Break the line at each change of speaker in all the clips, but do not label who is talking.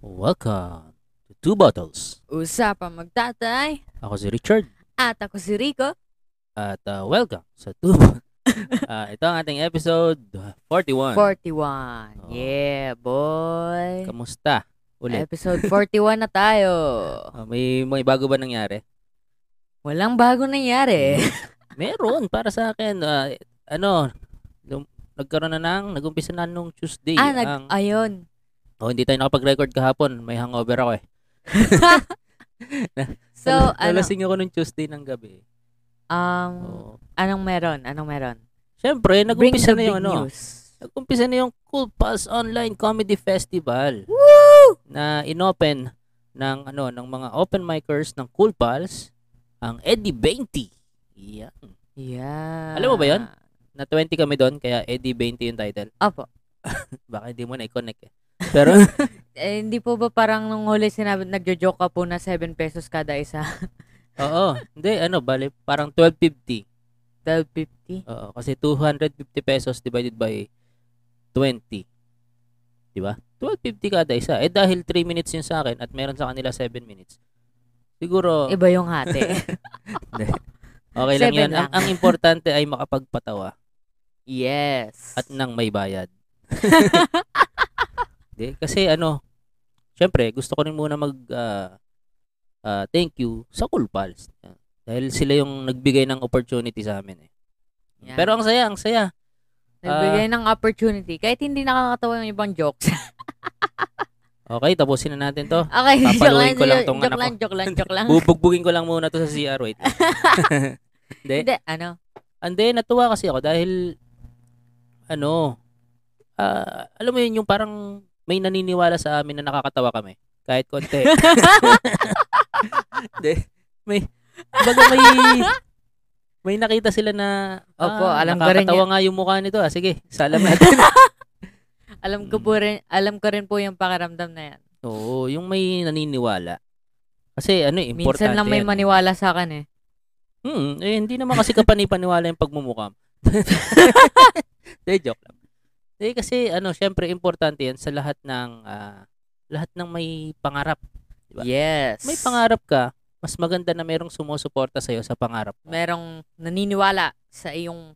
Welcome to Two Bottles.
Usapang magtatay.
Ako si Richard
At ako si Rico.
at uh, welcome sa Two Bottles. Ah, ito ang ating episode 41.
41.
Oh.
Yeah, boy.
Kamusta? Ulit.
Episode 41 na tayo.
Ah, may mga bago ba nangyari?
Walang bago nangyari.
Meron para sa akin ah, ano lum- nagkaroon na ng nagumpisa na nung Tuesday
ah, nag,
ang-
ayun.
oh, hindi tayo nakapag-record kahapon. May hangover ako eh.
So,
Nal-
ano,
Nalasing ako nung Tuesday ng gabi.
um,
Oh.
anong meron? Anong meron?
Siyempre,
Bring
nag-umpisa
the
na yung
big
ano.
news.
Nag-umpisa na yung Cool Pals Online Comedy Festival
Woo!
na inopen ng ano ng mga open micers ng Cool Pals ang Eddie Bainty. Yeah.
Yeah.
Alam mo ba yun? Na 20 kami doon kaya Eddie Bainty yung title.
Opo.
Baka hindi mo na i-connect eh. Pero
Eh, hindi po ba parang nung huli sinabi, nagjo-joke ka po na 7 pesos kada isa?
oo, hindi ano bale parang 1250.
12.50?
Oo, kasi 250 pesos divided by 20. 'Di ba? 1250 kada isa. Eh dahil 3 minutes yun sa akin at meron sa kanila 7 minutes. Siguro
Iba yung hati.
Okay lang
Eh, Seven
yan. Ang,
lang.
ang importante ay makapagpatawa
yes.
at nang may bayad. Di, kasi ano, syempre gusto ko rin muna mag ah, ah, thank you sa Cool Pals. Ah, Dahil sila yung nagbigay ng opportunity sa amin eh.
Yan.
Pero ang saya, ang saya.
Nagbigay
Ah.
ng opportunity. Kahit hindi nakakatawa yung ibang jokes.
Okay, tapusin na natin to.
okay, joke
Papaluin
lang,
ko lang
joke,
tong
joke
anak
lang, joke lang, joke lang.
Bubugbugin ko lang muna to sa CR. Wait. Hindi.
Hindi, ano?
And then, natuwa kasi ako dahil, ano, ah, alam mo yun, yung parang may naniniwala sa amin na nakakatawa kami. Kahit konti. Hindi. may, baga may, may nakita sila na,
Opo,
ah,
alam ko rin
nakakatawa nga yung mukha nito. Ah, sige, salam natin.
alam ko
Hmm.
po rin, alam ko rin po yung pakaramdam na yan.
Oo, yung may naniniwala. Kasi ano, eh, importante.
Minsan lang may
yan.
maniwala sa akin eh.
Hmm, eh, hindi naman kasi kapanipaniwala yung pagmumukha. mo. Hindi, joke lang. Hindi, kasi ano, syempre importante yan sa lahat ng ah, lahat ng may pangarap. Diba?
Yes.
May pangarap ka, mas maganda na merong sumusuporta sa'yo sa pangarap mo.
Merong naniniwala sa iyong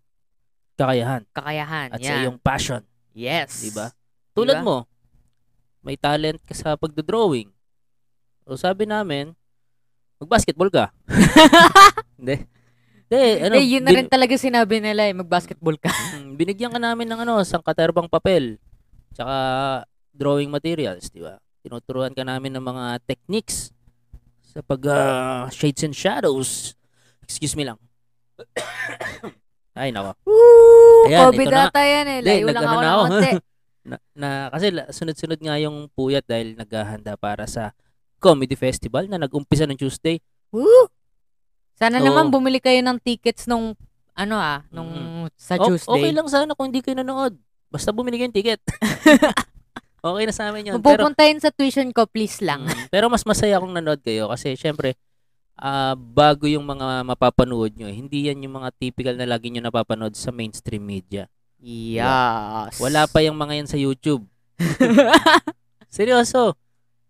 Kakayahan
kakayahan.
at
yan.
sa iyong passion.
Yes.
Diba? Tulad
Diba?
mo, may talent ka sa pagdodrawing. So sabi namin, mag-basketball ka. Hindi. Hindi, ano,
eh, yun na
bin-
rin talaga sinabi nila eh, mag-basketball ka.
Mm, binigyan ka namin ng ano, sangkaterbang papel, tsaka drawing materials, di ba? Tinuturuan ka namin ng mga techniques sa pag ah, shades and shadows. Excuse me lang. Ay, nawa.
Woo!
Ayan, ito
COVID
na.
ata yan eh.
Hindi,
Layo lang
nagano
ako
na
ng
ako.
konti.
Na, na- kasi la- sunod-sunod nga yung puyat dahil naghahanda para sa comedy festival na nag-umpisa ng Tuesday.
Woo! Sana
Oo.
naman bumili kayo ng tickets nung ano ah, nung sa
O-
Tuesday.
Okay lang sana kung hindi kayo nanood. Basta bumili kayo ng ticket. okay na sa amin yun. Pero-
Mapupuntahin sa tuition ko, please lang.
Mm, pero mas masaya kung nanood kayo kasi syempre ah, bago yung mga mapapanood nyo. eh, Hindi yan yung mga typical na lagi nyo napapanood sa mainstream media. Mm.
Yes.
Wala pa yung mga yan sa YouTube. Seryoso.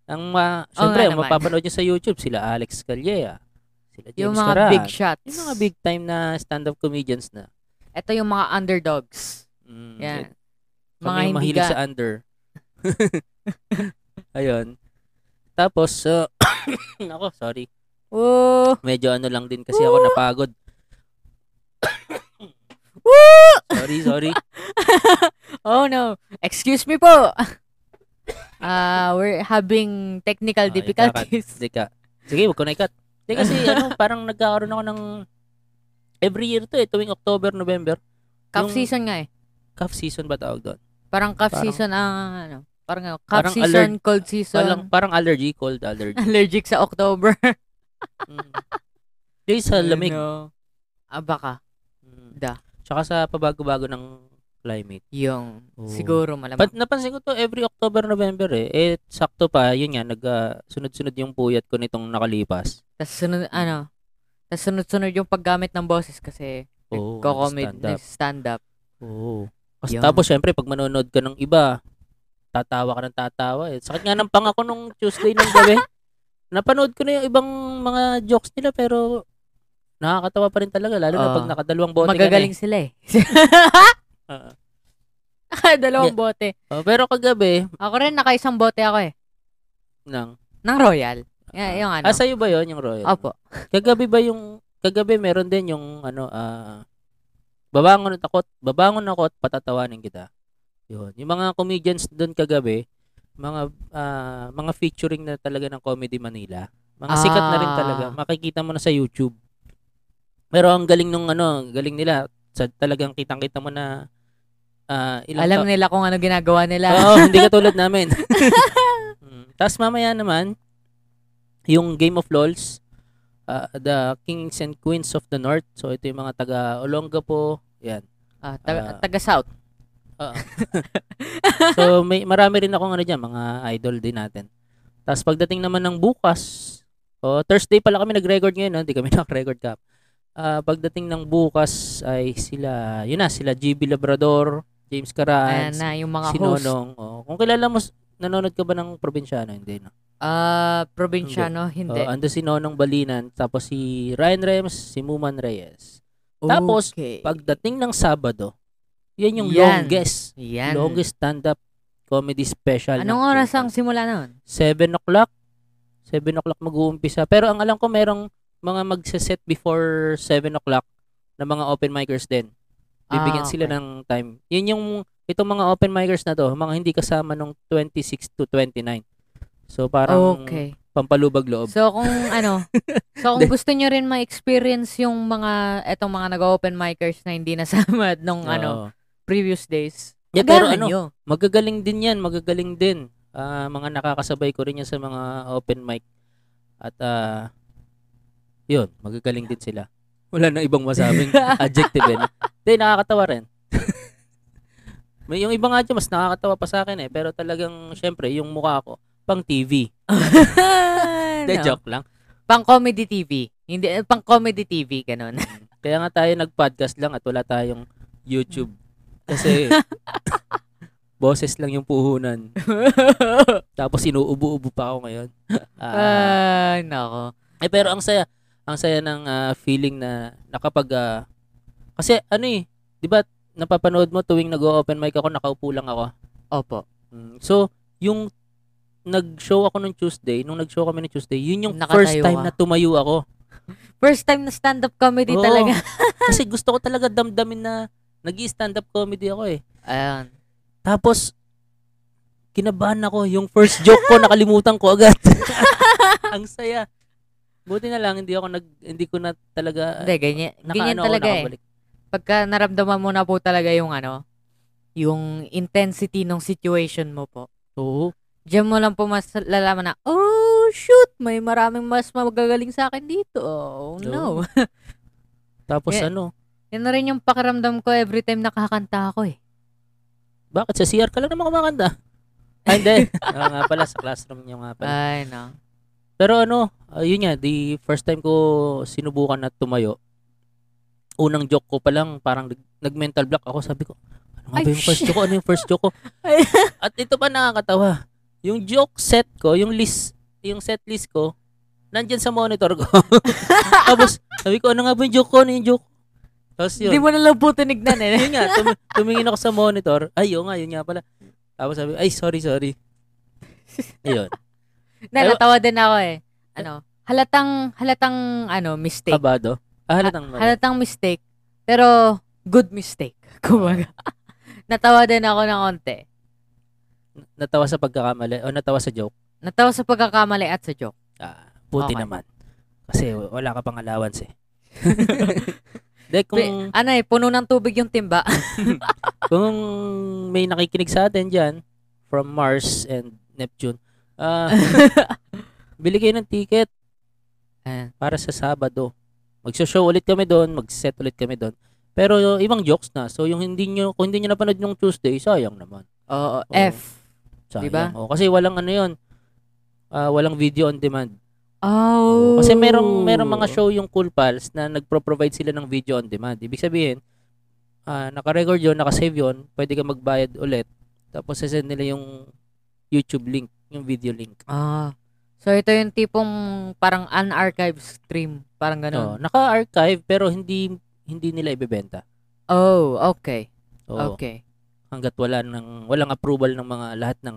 Ang ma-
Oo
syempre,
nga
ang
naman.
mapapanood nyo sa YouTube, sila Alex Calleja, sila James
yung mga
Caran,
big shots.
yung mga big time na stand-up comedians na.
Ito yung mga underdogs.
Mm,
Yan.
Kami
Mga
yung
hindi
mahilig
ka-
sa under. Ayun. Tapos, so, ako, sorry.
Woo!
Medyo ano lang din kasi ako
Woo!
napagod.
Woo!
Sorry, sorry.
Oh no. Excuse me po. Uh, we're having technical
Ah,
difficulties.
Hindi ka. Sige, wag ko na ikat. Hindi kasi ano, parang nagkakaroon ako ng every year to eh, tuwing October, November.
Cup
Yung-
season nga eh.
Cuff season ba tawag doon?
Parang cup
Parang-
season ang ano. Parang cup
Parang
season, cold season.
Parang, parang allergy, cold allergy.
allergic sa October.
mm. Hindi, sa
You
lamig.
know. Ah, baka.
Mm.
Da.
Tsaka sa pabago-bago ng climate.
Yung.
Oo.
Siguro malamang.
But napansin ko to every October, November eh. Eh, sakto pa, yun nga, nag, ah, sunod-sunod yung puyat ko nitong nakalipas.
Tapos
Hmm.
sunod, ano, tapos sunod-sunod yung paggamit ng boses kasi
Oo,
nagko-comedy,
Oh, stand-up.
stand-up.
Oo. Kasi
Yun.
tapos syempre pag manonood ka ng iba, tatawa ka ng tatawa eh. Sakit nga ng pangako nung Tuesday ng gabi. Napanood ko na yung ibang mga jokes nila pero nakakatawa pa rin talaga lalo na
Oo.
pag nakadalawang bote ka
Magagaling
na.
sila eh.
eh. Oo.
Dalawang bote.
Oh, pero kagabi
Ako rin, nakaisang bote ako eh.
nang
Ng Royal. Yeah, yung ano.
Ah, sa'yo ba 'yon yung Royal?
Opo.
Kagabi ba yung kagabi meron din yung ano ah babangon at takot, babangon ako at patatawanin kita. Yun. Yung mga comedians doon kagabi, mga ah, mga featuring na talaga ng Comedy Manila. Mga sikat na rin
Ah.
talaga. Makikita mo na sa YouTube. Pero ang galing nung ano, ang galing nila. Sa talagang kitang-kita mo na ah, ilang
Alam nila kung ano ginagawa nila.
Oo, hindi katulad namin. Mm. Tapos mamaya naman, yung Game of Lols, uh, the Kings and Queens of the North. So ito yung mga taga Olongapo. Yan.
Ah, taga,
Ah.
taga South.
So may marami rin akong ano diyan, mga idol din natin. Tapos pagdating naman ng bukas, oh, Thursday pala kami nag-record ngayon, no? hindi kami nag-record ka. Ah, pagdating ng bukas ay sila, yun na, sila GB Labrador, James
Ayan
Carans,
na, yung mga
Ah, si
host.
Nonong. Oh, kung kilala mo, s- nanonood ka ba ng probinsyano? Hindi, no?
Ah,
Oh,
probinsyano, hindi.
ando si Nonong Balinan, tapos si Ryan Rems, si Muman Reyes. tapos,
Okay.
Pagdating ng Sabado, yan yung
Yan.
longest,
Yan.
longest stand-up comedy special. ng
Anong oras ang
Pilipinas.
simula noon?
7 o'clock. 7 o'clock mag-uumpisa. Pero ang alam ko, merong mga magsaset before 7 o'clock na mga open micers din. Bibigyan
Ah,
sila
okay.
ng time. Yun yung, itong mga open micers na to, mga hindi kasama nung 26 to 29. So, parang
Okay.
pampalubag loob.
So kung ano, so kung gusto nyo rin ma-experience yung mga etong mga nag-open micers na hindi nasama nung ano
Oo.
previous days.
Yeah, pero ano,
agaran nyo.
magagaling din yan, magagaling din. Ah, mga nakakasabay ko rin yan sa mga open mic. At ah, yun, magagaling din sila. Wala na ibang masabing adjective eh. Hindi, nakakatawa rin. May yung iba nga dyan, mas nakakatawa pa sa akin eh. Pero talagang, syempre, yung mukha ko, pang TV. Hindi,
Ano?
joke lang.
Pang comedy TV. Hindi eh, pang comedy TV ganun.
Kaya nga tayo nag-podcast lang at wala tayong YouTube. Kasi, boses lang yung puhunan. Tapos inuubo-ubo pa ako ngayon. Ah,
Ay, nako.
eh, pero ang saya, ang saya ng ah, feeling na nakapag ah, kasi ano eh, 'di ba napapanood mo tuwing nag-open mic ako, nakaupo lang ako.
Opo.
Mm, So, yung nag-show ako nung Tuesday, nung nag-show kami nung Tuesday, yun yung
Nakatayo
first time
ka.
na tumayo ako.
First time na stand-up comedy
Oo.
talaga.
Kasi gusto ko talaga damdamin na nag stand up comedy ako eh.
Ayun.
Tapos, kinabahan ako. Yung first joke ko, nakalimutan ko agad. ang saya. Buti na lang, hindi ako nag, hindi ko na talaga,
Hindi, ganyan,
nakaano
ganyan
ako,
talaga eh.
nakabalik.
Pagka naramdaman mo na po talaga yung ano, yung intensity ng situation mo po.
Oo.
Diyan mo lang po mas lalaman na, oh, shoot, may maraming mas magagaling sa akin dito. Oh, no.
Tapos
Eh.
ano,
Yan na rin yung pakiramdam ko every time nakakanta ako eh.
bakit sa CR ka lang naman kumakanta? Ay, hindi. Oo nga pala, sa classroom niyo nga pala.
Ay, no.
Pero ano, ah, yun nga, the first time ko sinubukan na tumayo, unang joke ko pa lang, parang nag- nag-mental block ako. Sabi ko, ano nga ba
Ay,
yung first
shit.
joke ko? Ano yung first joke ko?
Ay.
At ito pa nakakatawa. Yung joke set ko, yung list, yung set list ko, nandyan sa monitor ko. Tapos, sabi ko, ano nga ba yung joke ko? Ano yung joke? ko?" Tapos yun
Hindi mo na lang po tinignan eh.
yun nga, tumi- tumingin ako sa monitor. Ay, yun nga, yun nga pala. Tapos sabi, ay, sorry, sorry. Ayun,
Nalatawa din ako eh. Ano, halatang, halatang, ano, mistake.
kabado. Ah, halatang mali.
Halatang mistake. Pero, good mistake. Kumbaga. Natawa din ako ng konti.
Natawa sa pagkakamali o natawa sa joke.
Natawa sa pagkakamali at sa joke.
Ah, puti
Okay.
naman. Kasi w- wala ka pang allowance eh. De,
Be,
kung,
ano eh, puno ng tubig yung timba.
kung may nakikinig sa atin dyan, from Mars and Neptune, ah, bili kayo ng ticket
Ayan.
para sa Sabado. Magsho-show ulit kami doon, mag-set ulit kami doon. Pero yung ibang jokes na. So yung hindi nyo, kung hindi nyo napanood yung Tuesday, sayang naman.
Oo,
Oo.
F.
Sayang.
Diba?
O, kasi walang ano yun, ah, walang video on demand.
Oh.
Kasi merong, merong mga show yung Cool Pals na nagpro-provide sila ng video on demand. Ibig sabihin, ah, naka-record yun, naka-save yun, pwede ka magbayad ulit. Tapos sasend nila yung YouTube link, yung video link.
Ah. So, ito yung tipong parang unarchived stream. Parang
No,
ganun.
Oh, naka-archive pero hindi hindi nila ibebenta.
Oh, okay.
Oo,
Okay.
hangga't wala ng walang approval ng mga lahat ng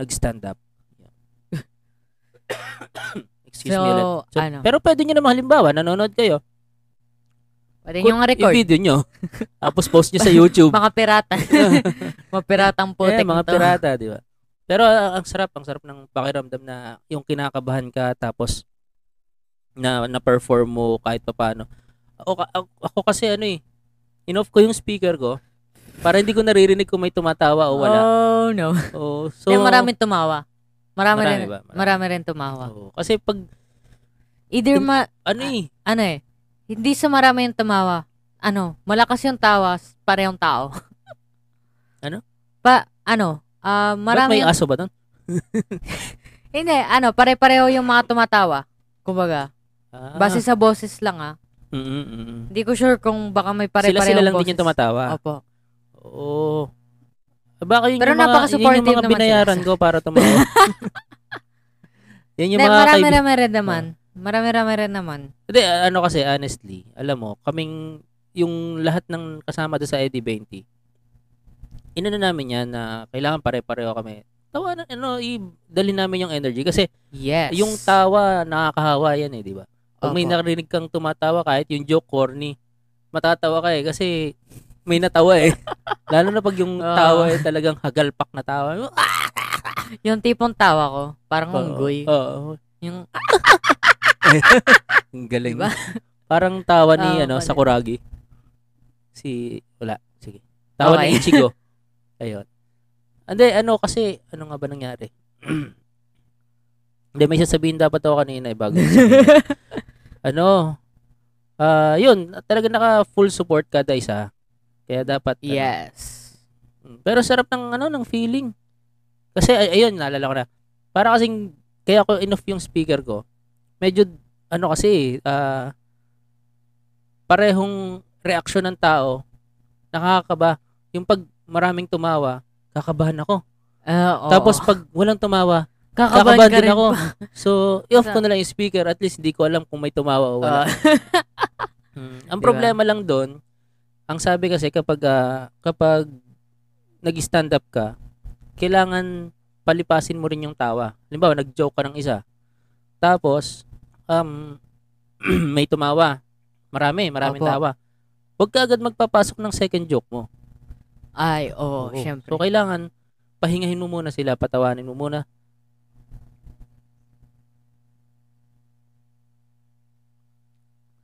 nag-stand up. Excuse me. ulit.
So,
So, eh,
ano,
Pero pwede nyo naman halimbawa, nanonood kayo,
pwede nyo nga record.
i-video nyo, tapos post nyo sa YouTube.
Mga pirata. mga piratang
Eh,
putik
mga
to.
pirata, di ba? Pero ah, ang sarap, ang sarap ng pakiramdam na yung kinakabahan ka tapos na na-perform mo kahit papaano. Ako, ka- ako, ako kasi ano eh, in-off ko yung speaker ko para hindi ko naririnig kung may tumatawa o wala.
Oh, no.
Oo, so,
Kaya maraming tumawa. Marami,
Marami ba?
rin,
Marami.
eh. marami rin tumawa.
Oo, kasi pag,
Either
Hin-
ma,
ano eh,
ano eh, hindi sa marami yung tumawa. Ano, malakas yung tawa, s- parehong tao.
Ano?
Pa, ano, ah,
ba't
marami
may
yung,
aso ba doon?
hindi, ano, pare-pareho yung mga tumatawa. Kumbaga,
Ah,
base sa boses lang ah.
mm, mm, mm, mm.
Hindi ko sure kung baka may
sila
pare-parehong
sila lang
boses.
din yung tumatawa.
Opo.
Oo. Ah, Baka yun
Pero
yung mga, yun yung
napaka-supportive
mga
naman sila.
binayaran ko para tumawa. yan yung
Hindi,
mga Oh.
marami
kaibigan-
rami rin naman. Marami rami rin naman.
Hindi, a- ano kasi, honestly, alam mo, kaming, yung lahat ng kasama doon sa Eddie 20, inano namin yan na kailangan pare-pareho kami. Tawa na, ano, i-dali namin yung energy. Kasi,
Yes.
yung tawa, nakakahawa yan eh, di ba? Pag may
Opo.
narinig kang tumatawa, kahit yung joke corny, matatawa ka eh, kasi may natawa eh. Lalo na pag yung
Ah.
tawa eh, talagang hagalpak na tawa. Ah!
Yung tipong tawa ko,
Oo,
parang unggoy.
Oo.
Yung, ah,
Ang galing.
Diba? Ah,
Parang tawa ni
Tawa
ano,
pala.
Sakuragi. Si wala, sige. Tawa ni
Okay.
Ichigo. Ayun. Ande ano kasi ano nga ba nangyari? Hindi may sasabihin dapat ako kanina eh, bago. ano? Ah, yun, talaga naka full support kada isa. Kaya dapat ano,
yes.
Mm. Pero sarap ng ano ng feeling. Kasi ay- ayun naalala ko na. Para kasing kaya ko enough yung speaker ko. Medyo ano kasi ah, parehong reaksyon ng tao. Nakakaba. Yung pag maraming tumawa, kakabahan ako.
Ah, oo.
Tapos pag walang tumawa,
kakabahan,
kakabahan
ka
din
rin
ako.
pa.
So, i-off ko na lang yung speaker. At least hindi ko alam kung may tumawa o wala.
Ah,
Mm, Ang
Diba?
problema lang doon, ang sabi kasi kapag ah, kapag nag-stand up ka, kailangan palipasin mo rin yung tawa. Halimbawa, nag-joke ka ng isa. Tapos um may tumawa. Marami, maraming
Opo.
tawa. Huwag ka agad magpapasok ng second joke mo.
ay,
Oo.
oo, syempre.
So kailangan pahingahin mo muna sila, patawanin mo muna.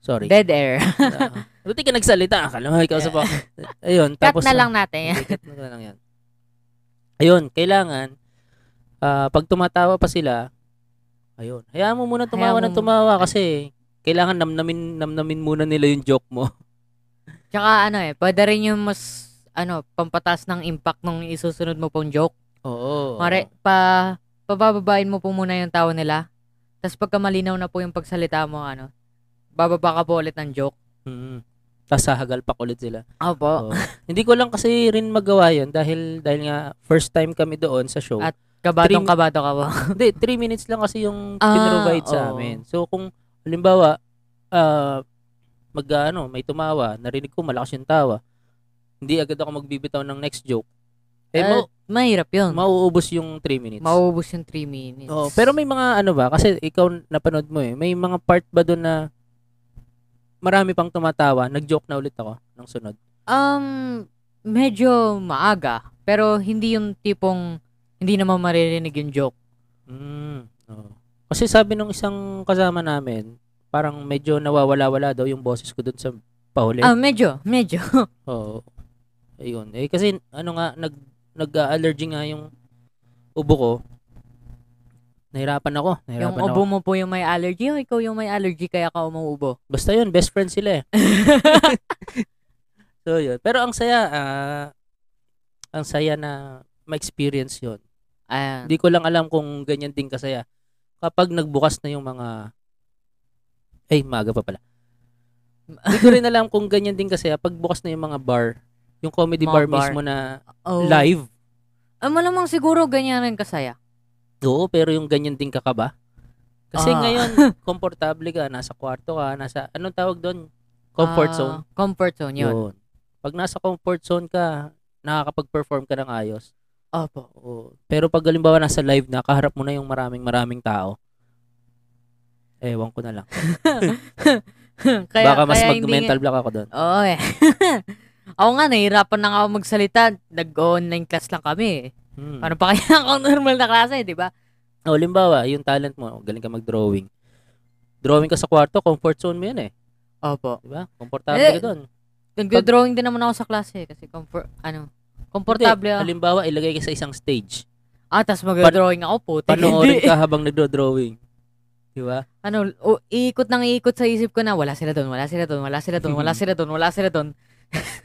Sorry.
Dead air.
Ah, Buti ka nagsalita. Akala mo, ikaw sa pa. Ayun,
Cut
tapos...
na lang natin.
Hindi, cut na lang yan. Ayun, kailangan, ah, pag tumatawa pa sila, ayun, hayaan mo muna tumawa ng
Hayaan mo-
tumawa kasi kailangan namnamin, namnamin muna nila yung joke mo.
Tsaka ano eh, pwede rin yung mas, ano, pampatas ng impact ng isusunod mo pong joke.
Oo.
Mare, pa, pabababain mo po muna yung tao nila. Tapos pagka malinaw na po yung pagsalita mo, ano, bababa ka po ulit ng joke.
Mm. Tapos sahagal pa ulit sila. Oo.
Opo.
Hindi ko lang kasi rin magawa yun dahil, dahil nga first time kami doon sa show.
At-
Trim-
Kabadong kabado ka po.
Hindi, 3 minutes lang kasi yung
Ah,
pinrovide sa
oo.
amin. So kung halimbawa ah mag ano, may tumawa, narinig ko malakas yung tawa. Hindi agad ako magbibitaw ng next joke. Eh
Ah, Mahirap yun.
mau- mauubos yung 3 minutes.
Mauubos yung 3 minutes.
Oo, pero may mga ano ba kasi ikaw napanood mo eh. May mga part ba doon na marami pang tumatawa, nag-joke na ulit ako ng sunod.
Um, medyo maaga. Pero hindi yung tipong hindi naman maririnig yung joke.
Mm. oo. Kasi sabi nung isang kasama namin, parang medyo nawawala-wala daw yung boses ko doon sa pahuli.
Ah, medyo, medyo.
Oo. Ayun. Eh kasi ano nga nag nag-allergy nga yung ubo ko. Nahirapan ako.
yung
Nahirapan
ubo
ako.
mo po yung may allergy. O ikaw yung may allergy kaya ka umuubo.
Basta yun, best friend sila eh. so yun. Pero ang saya, ah, ang saya na ma-experience yun.
Ayan.
Hindi ko lang alam kung ganyan din kasaya. Kapag nagbukas na yung mga, ay, maaga pa pala. Hindi ko rin alam kung ganyan din kasi ah, pag bukas na yung mga bar, yung comedy
Mga
bar,
bar.
mismo na
Oh.
live.
Ah, malamang siguro ganyan rin kasaya.
Oo, pero yung ganyan din kakaba. Kasi
Ah.
ngayon, komportable ka, nasa kwarto ka, nasa, anong tawag doon? Comfort
Ah,
zone.
Comfort zone, yun.
Yun. Pag nasa comfort zone ka, nakakapag-perform ka ng ayos.
Opo.
Oo. Pero pag halimbawa nasa live na, kaharap mo na yung maraming maraming tao. Ewan ko na lang.
kaya,
Baka mas
kaya hindi
mag-mental
nga-
block ako doon.
Oo eh. ako nga, nahihirapan na nga ako magsalita. Nag-online class lang kami eh.
Hmm.
Paano pa kaya ang normal na klase, di ba?
O, limbawa, yung talent mo, oh, galing ka mag-drawing. Drawing ka sa kwarto, comfort zone mo yun eh.
Opo.
Di ba? Komportable
Eh,
ka doon.
Nag-drawing din naman ako sa klase eh, kasi comfort, ano, komportable ah. ako.
Halimbawa, ilagay ka sa isang stage.
Ah, tas mag-drawing ako, puti.
Panoorin
Hindi.
ka habang nagdo-drawing. Di ba?
Ano, o, iikot nang iikot sa isip ko na, wala sila doon, wala sila doon, wala sila doon, wala sila doon, wala sila doon.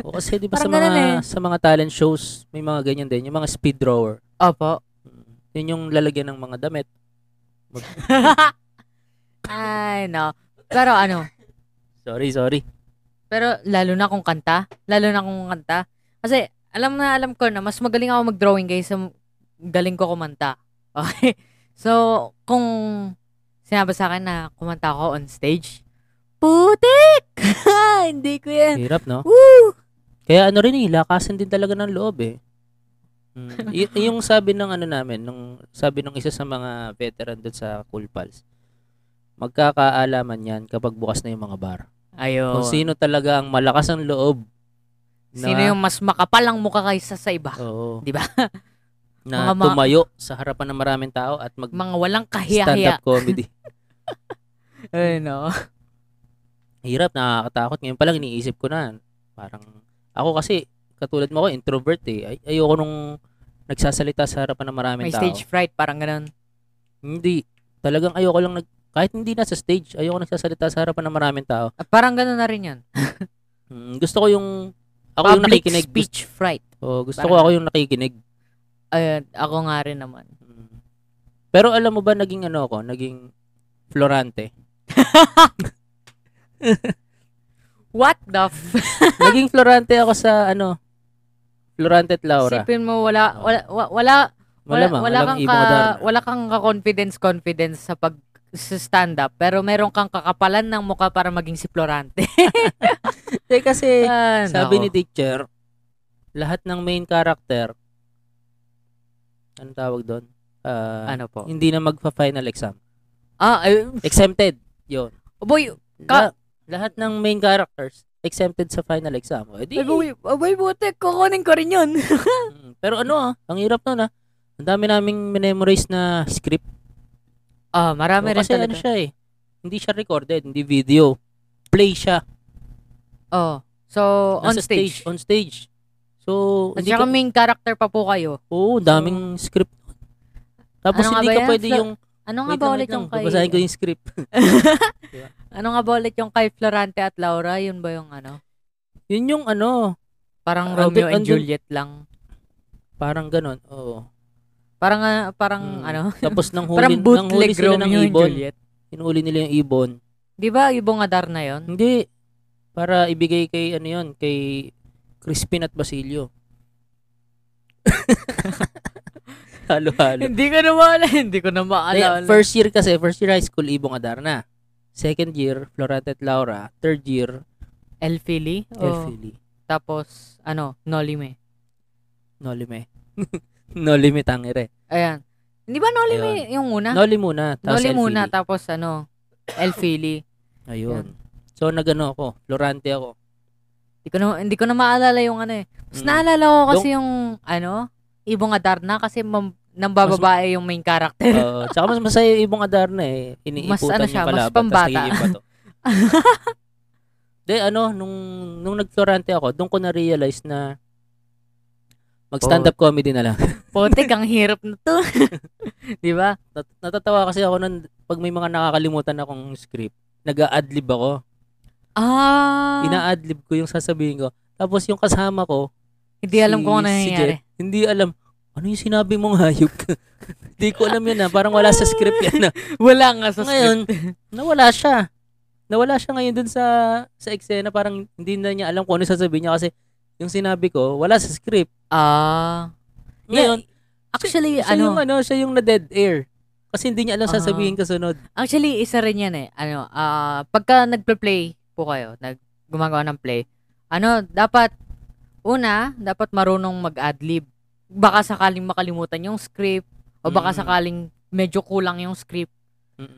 O kasi di ba sa
Parang
mga
ganun eh.
sa mga talent shows, may mga ganyan din, yung mga speed drawer.
Opo.
Mm. Yun yung lalagyan ng mga damit.
Ay, no. Pero ano,
Sorry, sorry.
Pero lalo na kung kanta, lalo na kung kanta. Kasi alam na alam ko na mas magaling ako mag-drawing kaysa m- galing ko kumanta. Okay? So, kung sinabi sa akin na kumanta ako on stage, putik! Hindi ko yan.
Hirap, no?
Woo!
Kaya ano rin eh, lakasan din talaga ng loob eh. Mm. Y- yung sabi ng ano namin, nung sabi ng isa sa mga veteran doon sa Cool Pals, magkakaalaman yan kapag bukas na yung mga bar.
Ayun.
Kung sino talaga ang malakas ang loob. na-
Sino yung mas makapal ang mukha kaysa sa iba?
Oo.
Di ba?
na
Mga ma-
tumayo sa harapan ng maraming tao at mag
Mga walang kahiya-hiya.
stand-up comedy.
Ay, no.
Hirap, nakakatakot. Ngayon pa lang iniisip ko na. Parang, ako kasi, katulad mo ako, introvert eh. Ay, ayoko nung nagsasalita sa harapan ng maraming
May
tao.
stage fright, parang ganun.
Hindi. Talagang ayoko lang nag... Kahit hindi na sa stage, ayoko nagsasalita sa harapan ng maraming tao.
Ah, Parang ganun na rin yun.
Mm, gusto ko yung... Ako yung
Public
nakikinig. Gusto,
speech fright.
oh, gusto ko
Parang-
ako yung nakikinig.
Ayun, ako nga rin naman.
Mm. Pero alam mo ba, naging ano ako? Naging florante.
What the f-
naging florante ako sa ano... Florante at Laura.
Isipin mo wala wala wa- wala wala,
Malamang,
wala
alam
kang
ibang
ka,
darna.
wala kang confidence confidence sa pag sa stand up pero meron kang kakapalan ng mukha para maging si Florante.
Eh, kasi,
Ah,
sabi
nako.
ni teacher, lahat ng main character, anong tawag doon? Ah,
ano po?
Hindi na magpa-final exam.
Ah, ay,
Exempted. Yun.
boy,
La- lahat ng main characters, exempted sa final exam. O, edi,
ay, boy, ay, boy, buti kukunin ko rin 'yun.
Mm, pero ano ah, ang hirap nun ah. Ang dami naming memorize na script.
ah, marami
O,
rin
kasi ano
talaga.
siya eh, hindi siya recorded, hindi video. Play siya.
oh. So, on
Nasa
stage.
On stage. So,
At
hindi
saka
ka-
main character pa po kayo.
Oo, daming script. Tapos
Ano nga
hindi
ba
ka
yan?
pwede
Fla-
yung...
Ano nga
Wait
ba
lang,
ulit
wait lang.
yung kay
Babasahin ko yung script.
Ano nga ba ulit yung kay Florante at Laura? Yun ba yung ano?
Yun yung ano,
Parang
Ah, andun-
Romeo and
andun-
Juliet lang.
parang ganon. Oo.
Parang ah, parang
Mm.
ano?
Tapos nang huli,
Parang
nang huli
bootleg
sila ng
Romeo and
ibon.
Juliet.
Hinuli nila yung ibon.
Di ba ibong adar na yon?
Hindi. Para ibigay kay ano yun, kay Crispin at Basilio. Halo-halo.
hindi ko na maalala. Hindi ko na
Eh,
maalala.
first year kasi, first year high school, Ibong Adarna. Second year, Florante at Laura. Third year,
El Fili.
El
Oh.
Fili.
Tapos, ano, Nolime.
Nolime. Nolime tangere.
Ayan. Hindi ba Nolime yung una?
Noli muna. tapos
Noli
El
muna,
Fili.
tapos ano, El Fili.
Ayun. So, nagano ako. Florante ako.
Hindi ko na, hindi ko na maalala yung ano eh.
Mm.
Mas naalala ko kasi yung, ano, Ibong Adarna kasi mam, nambababae yung main character.
Oo. tsaka mas masaya yung ibong Adarna eh. Iniiputan
Mas ano siya,
yung
mas
kalaban, tapos
pambata.
nagiging bato. De, ano, nung, nung nag-Florante ako, doon ko na-realize na mag-stand-up comedy na lang.
Potek, ang hirap na to. Di ba?
Nat- natatawa kasi ako nun, pag may mga nakakalimutan akong script, nag-a-adlib ako.
Ah,
Ina-adlib ko yung sasabihin ko. Tapos yung kasama ko,
hindi alam
si-
ko kung ano
si
nangyayari.
Jet, hindi alam, ano yung sinabi mong hayop? Hindi ko alam yun ah. Parang wala sa script yan ah.
Wala nga sa script.
Ngayon, nawala siya. nawala siya ngayon dun sa sa eksena, parang hindi na niya alam kung ano sasabihin niya kasi yung sinabi ko, wala sa script.
Ah.
Ngayon,
actually,
siya
ano,
yung ano, siya yung na-dead air. Kasi hindi niya alam
Ah.
sasabihin kasunod.
Actually, isa rin yan eh. Ano, ah pagka nagpe-play po kayo, nag, gumagawa ng play, ano, dapat, una, dapat marunong mag-adlib. Baka sakaling makalimutan yung script, o baka
Mm.
sakaling medyo kulang yung script.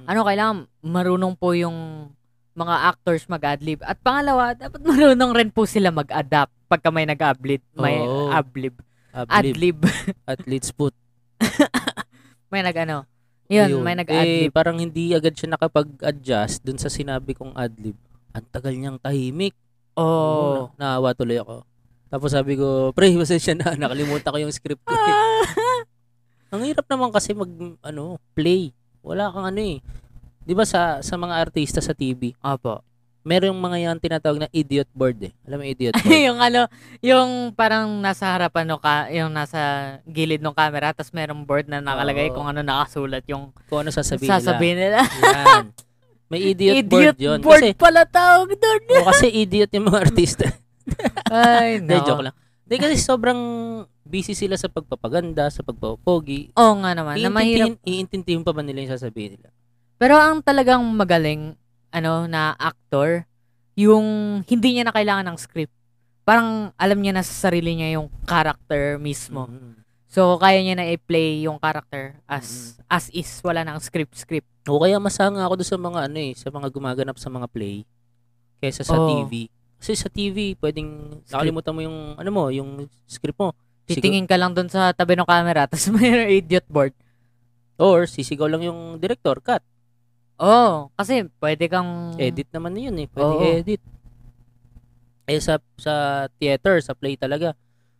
Ano, kailangan marunong po yung mga actors mag-adlib. At pangalawa, dapat marunong rin po sila mag-adapt pagka may nag-ablib. May
Oo.
ablib.
Adlib.
Adlib.
Athlete's foot.
may nag-ano. Yun,
Ayun.
may
Eh,
nag-adlib.
parang hindi agad siya nakapag-adjust dun sa sinabi kong adlib. Ang tagal niyang tahimik.
Oo.
Naawa tuloy ako. Tapos sabi ko, pre, pasensya na. Nakalimutan ko yung script ko. eh."
Ah.
Ang hirap naman kasi mag, ano, play. Wala kang ano eh. Di ba sa, sa mga artista sa TV,
Opo.
meron yung mga yan tinatawag na idiot board eh. Alam mo yung idiot board?
yung ano, yung parang nasa harapan no ka, yung nasa gilid ng camera tapos merong board na nakalagay
Oo.
kung ano nakasulat yung
Kung ano sasabihin,
sasabihin nila.
nila. Yan. May idiot, board yun. Kasi,
pala tawag doon.
o, kasi idiot yung mga artista.
Ay,
Hindi,
no.
joke lang. Hindi kasi sobrang busy sila sa pagpapaganda, sa pagpapogi.
Oo nga naman, na
Iintindihin,
mahirap.
iintindihin pa ba nila yung sasabihin nila?
Pero ang talagang magaling ano na actor, yung hindi niya na kailangan ng script. Parang alam niya na sa sarili niya yung character mismo.
Mhm.
So kaya niya na i-play yung character
Mm.
as as is, wala nang script script.
O kaya masanga ako doon sa mga ano eh, sa mga gumaganap sa mga play kaysa sa
Oo.
TV. Kasi sa TV, pwedeng
Script.
nakalimutan mo yung ano mo, yung script mo. Sigaw-
Titingin ka lang doon sa tabi ng camera tapos may idiot board.
or sisigaw lang yung director, cut.
Oo, Oh, kasi pwede kang...
Edit naman na yun eh. Pwede
Mm. Oo.
edit. Eh sa sa theater, sa play talaga.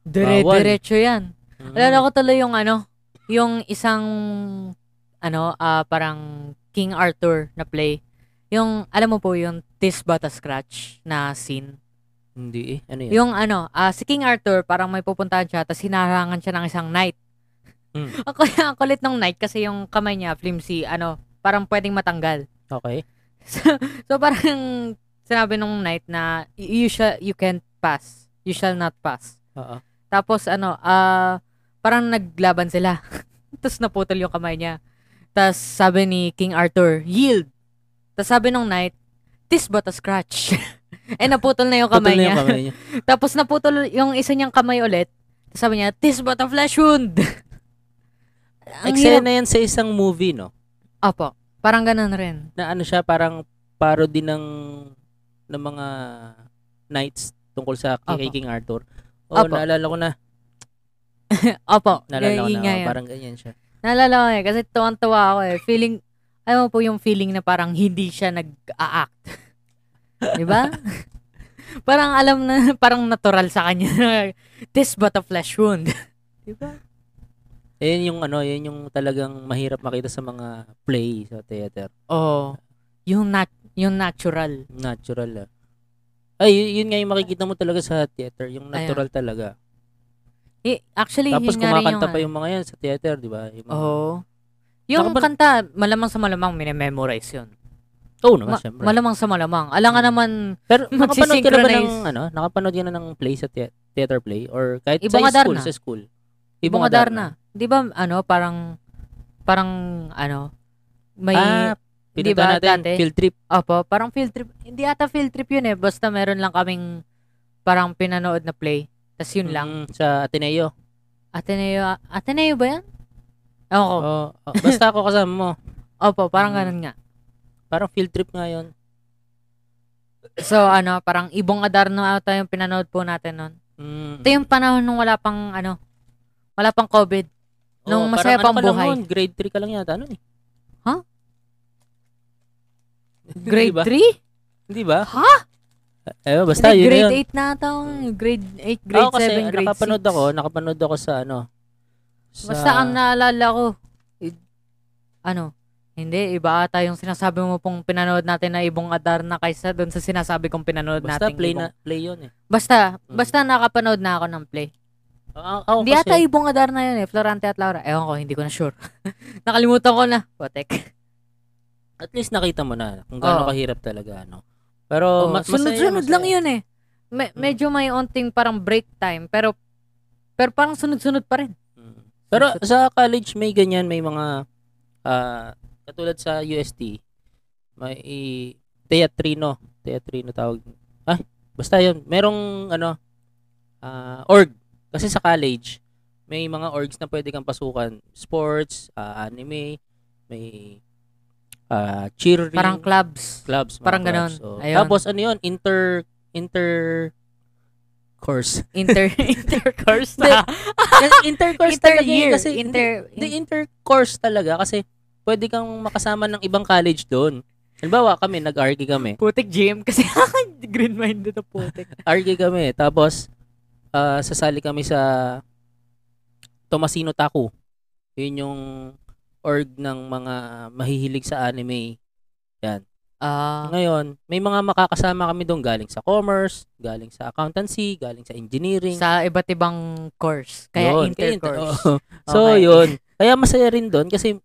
bawal.
Dire-diretso yan.
Mhm.
Alala ko tuloy yung ano, yung isang, ano, ah, parang King Arthur na play. Yung, alam mo po, yung This But a Scratch na scene.
Hindi eh. Ano yun?
Yung ano, ah, si King Arthur, parang may pupuntahan siya, tapos hinarangan siya ng isang knight.
Mm.
Ang kulit- ang kulit ng knight kasi yung kamay niya, flimsy, ano, parang pwedeng matanggal.
Okay.
So, so parang sinabi nung night na y- you shall you can't pass. You shall not pass.
Oo.
Tapos ano, ah parang naglaban sila. Tapos naputol yung kamay niya. Tapos sabi ni King Arthur, yield. Tapos sabi nung knight, this but a scratch. eh naputol na yung
Putol na
kamay niya.
yung kamay niya.
Tapos naputol yung isa niyang kamay ulit. Tapos sabi niya, this but a flesh wound. Ang hirap.
Eksena yan sa isang movie, no?
Opo, parang ganun rin.
Na ano siya, parang parody ng, ng mga knights tungkol sa kay
Opo.
King Arthur. Oh,
Opo.
naalala ko na.
Opo,
Naalala ko
yun
na.
nga
oh,
yun.
Parang ganyan siya.
Naalala ko eh, kasi tuwang-tuwa ako eh. Feeling, alam mo po yung feeling na parang hindi siya nag-a-act. Di ba? parang alam na, parang natural sa kanya na, this but a flesh wound. Di ba?
Ayun yung ano, yun yung talagang mahirap makita sa mga play sa theater.
Oo. Oh, Yung, nat- yung natural.
Natural ah. Ay, yun, yun nga yung makikita mo talaga sa theater, yung natural talaga.
Eh, actually,
Tapos
yun nga rin
kumakanta
yung, ano.
pa yung mga yan sa theater, di ba? Yung mga-
Oo. Yung
Nakabal-
kanta, malamang sa malamang, minememorize yun.
Oo naman,
Ma-
Ano syempre.
malamang sa malamang. Alam ka
Hmm.
naman,
Pero nakapanood ka na ba ng,
magsisynchronize.
ano, nakapanood ka na ng play sa thea- theater play? Or kahit
Ibong
sa school,
Adarna.
sa school?
Ibong Adarna. Di ba, ano, parang, parang, ano, may,
Ah,
Di
Pinunta
ba,
natin,
dati?
field trip.
Opo, parang field trip. Hindi ata field trip yun eh. Basta meron lang kaming parang pinanood na play. Tapos yun lang.
Mm, sa Ateneo. Mm-hmm.
Ateneo, Ateneo ba yan? Ewan ko.
Oo. Oh, basta ako kasama mo.
Opo,
Mm.
parang ganun nga.
Parang field trip nga yun.
So ano, parang Ibong Adarno ata yung pinanood po natin nun.
Mm.
Ito yung panahon nung wala pang ano, wala pang COVID.
Oo,
nung masaya
parang
pang
ano ka lang
buhay.
Nun, grade 3 ka lang yata. Ano eh?
Huh? Grade 3?
Di ba?
Ha?
Eh, basta yun na yun.
grade 8 na ata. ako. Grade 8, grade
Oo, kasi
7, grade 6.
nakapanood ako, nakapanood ako sa ano. Sa,
Basta ang naalala ko, i- ano, hindi, iba ata yung sinasabi mo pong pinanood natin na ibong adar na kaysa doon sa sinasabi kong pinanood
basta
natin.
play na play yun eh.
Basta,
Mm.
basta nakapanood na ako ng play.
A- Ah, ako
Hindi
kasi,
ata ibong adar na yun eh, Florante at Laura. Ewan ko, hindi ko na sure. Nakalimutan ko na. Potek.
At least nakita mo na kung gaano
Oo.
kahirap talaga, ano. Pero
Oo,
ma- masaya,
Oh. sunod-sunod
masaya.
lang yun eh. Me-
Mm.
medyo may onting parang break time, pero pero parang sunod-sunod pa rin.
Mm. Pero sa college may ganyan, may mga ah, katulad sa UST, may i- teatrino, teatrino tawag. Ah, basta 'yun. Merong ano ah, org kasi sa college may mga orgs na pwede kang pasukan, sports, ah, anime, may ah, cheering,
Parang clubs.
clubs, mga
parang
clubs.
ganon.
Oo.
Ayun.
Tapos ano 'yun, inter inter course.
Inter intercourse.
Hindi.
na.
intercourse
inter
talaga yun
year.
kasi hindi-
inter
Hindi, intercourse talaga kasi pwede kang makasama ng ibang college doon. Halimbawa kami, nag-argue kami.
putik gym kasi green minded na putik.
Argue kami, tapos ah, sasali kami sa Tomasino Taku. Yun yung org ng mga mahihilig sa anime.
Ah,
Ngayon, may mga makakasama kami doon galing sa commerce, galing sa accountancy, galing sa engineering.
sa iba't ibang course. Kaya
Yun, kaya inter- oh.
intercourse.
oo. So,
Okay.
yun. Kaya masaya rin doon kasi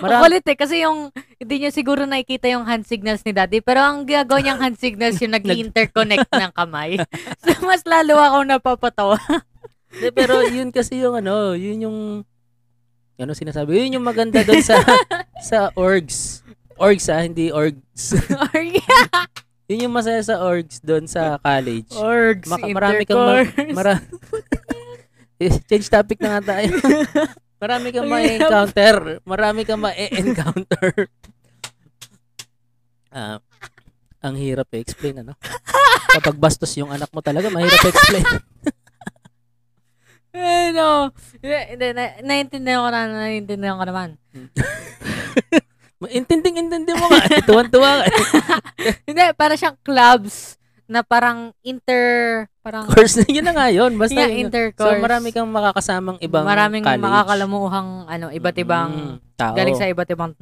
Ang
marami.
kulit eh, kasi yung, hindi niya siguro nakikita yung hand signals ni daddy, pero ang ginagawa niyang hand signals yung nag-interconnect ng kamay. So, mas lalo ako napapatawa.
Hindi, pero yun kasi yung ano, yun yung ano sinasabi, yun yung maganda doon sa sa orgs. Orgs ah, hindi orgs.
Sorry.
yun yung masaya sa orgs doon sa college.
Orgs,
Maka- marami kang ma- Mara Eh, Change topic na nga tayo. Marami kang
Ang
ma-encounter. Marami kang ma-encounter. Ah, ang hirap i-explain, ano? Kapag bastos yung anak mo talaga, mahirap i-explain.
Ano? Hindi, hindi, na- naiintindihan ko na, naiintindihan ko naman.
Intinding-intindi mo ka. Tuwan-tuwa ka.
Hindi, para siyang clubs na parang inter, parang,
course na yun na nga yun. Basta
yeah,
yun.
intercourse.
So marami kang makakasamang ibang
Maraming
college.
makakalamuhang, ano, iba't
Mm,
ibang,
tao.
galing sa iba't ibang,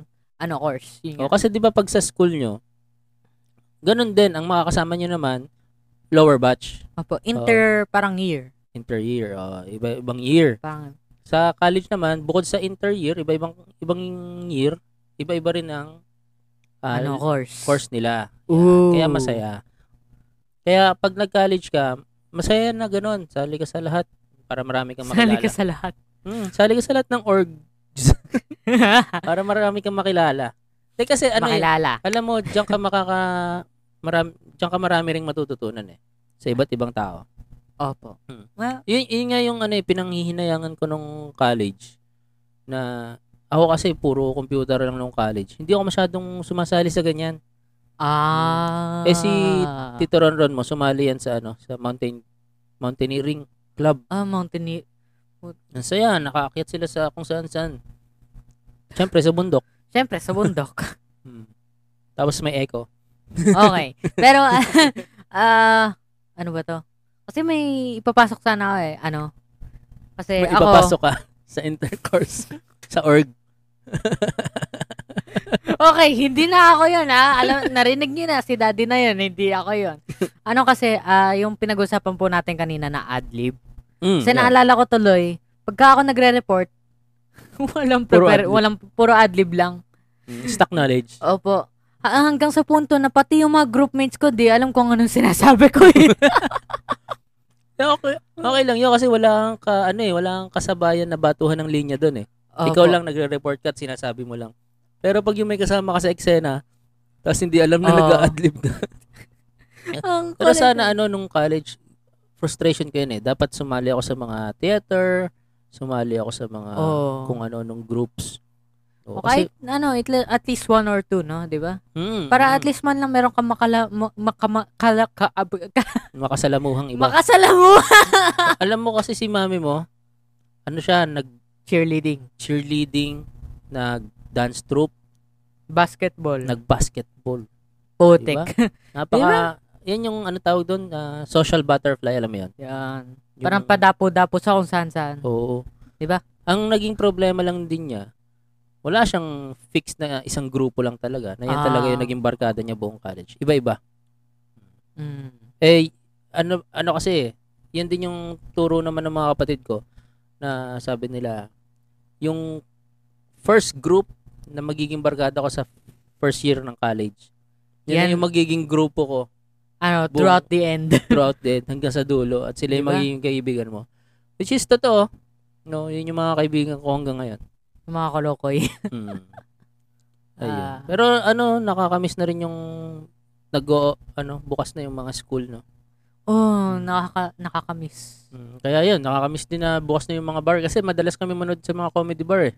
ano, course. Yun
O,
yun.
kasi di ba pag sa school nyo, ganun din, ang makakasama nyo naman, lower batch,
Opo, inter, parang year.
inter-year, o, iba-ibang year.
Parang,
Sa college naman, bukod sa inter-year, iba-ibang ibang year, iba-iba rin ang ah,
ano, course.
course nila.
Ooh.
Kaya masaya. Kaya pag nag-college ka, masaya na ganun. Sali ka sa lahat para marami kang makilala.
Sali ka sa lahat.
Mm, sali ka sa lahat ng org Ano para marami kang makilala. Eh, kasi ano eh,
Makilala.
alam mo, diyan ka makaka marami, diyan ka marami ring matututunan eh sa iba't ibang tao.
Opo.
Hmm.
Well,
Yun, yun nga yung ano eh, pinanghihinayangan ko nung college na ako kasi puro computer lang nung college. Hindi ako masyadong sumasali sa ganyan.
ah.
Hmm. Eh, si Tito Ronron mo, sumali yan sa ano, sa mountain mountaineering club.
Ah, mountaineer.
Ang saya, nakaakyat sila sa kung saan-saan. Siyempre, sa bundok.
Siyempre, sa bundok.
Hmm. Tapos may echo.
okay. Pero, ah, ah, ano ba to? Kasi may ipapasok sana ako eh. Ano? Kasi
May
Eh, ako,
ipapasok ka sa intercourse sa org.
okay, hindi na ako yun ha. Alam, narinig niyo na, si daddy na yun, hindi ako yun. Ano kasi, ah, yung pinag-usapan po natin kanina na adlib.
Mm,
Kasi naalala ko tuloy, pagka ako nagre-report, walang
Puro
prepare,
adlib.
walang, puro adlib lang.
Mm, Stock knowledge.
Opo. Ha- hanggang sa punto na pati yung mga groupmates ko, di alam kung anong sinasabi ko
Eh,
eh.
Okay, okay lang yun kasi wala kang ka, ano eh, wala kang kasabayan na batuhan ng linya doon eh. Ikaw lang nagre-report ka at sinasabi mo lang. Pero pag yung may kasama ka sa eksena, tapos hindi alam na
Oo.
nag-adlib ka.
Ang
Pero
kulit.
sana ano nung college, frustration ko yun eh. Dapat sumali ako sa mga theater, sumali ako sa mga
Oo.
kung ano nung groups. Oo,
O kahit, ano, itli- at least one or two, no? Di ba?
mm, mm,
Para at least man lang meron kang makala, ma- makama, kala, ka, ab- ka-
makasalamuhang iba.
makasalamuha.
alam mo kasi si mami mo, ano siya,
Cheerleading.
nag-cheerleading, nag-dance troupe,
Basketball.
nag-basketball.
Putik.
Napaka, yan yung ano tawag doon, ah, social butterfly, alam mo yun?
Yan.
Yung-
Parang padapo-dapo sa kung saan-saan.
Oo.
Di
Diba?
ba?
Ang naging problema lang din niya, wala siyang fixed na isang grupo lang talaga. Na yan
Ah.
talaga yung naging barkada niya buong college. Iba-iba.
Mm.
Eh, ano, ano kasi, yan din yung turo naman ng mga kapatid ko na sabi nila, yung first group na magiging barkada ko sa first year ng college. Yan,
Yan.
na yung magiging grupo ko
Ano,
Boom.
throughout the end.
throughout the hanggang sa dulo at sila yung
Diba?
magiging kaibigan mo. Which is totoo. No, yun yung mga kaibigan ko hanggang ngayon.
Yung mga kalokoy.
Mm. Ayun.
Ah.
Pero ano, nakakamiss na rin yung nag ano, bukas na yung mga school, no?
Oh,
Hmm.
nakaka, nakakamiss.
Mm. Kaya yun, nakakamiss din na bukas na yung mga bar kasi madalas kami manood sa mga comedy bar eh.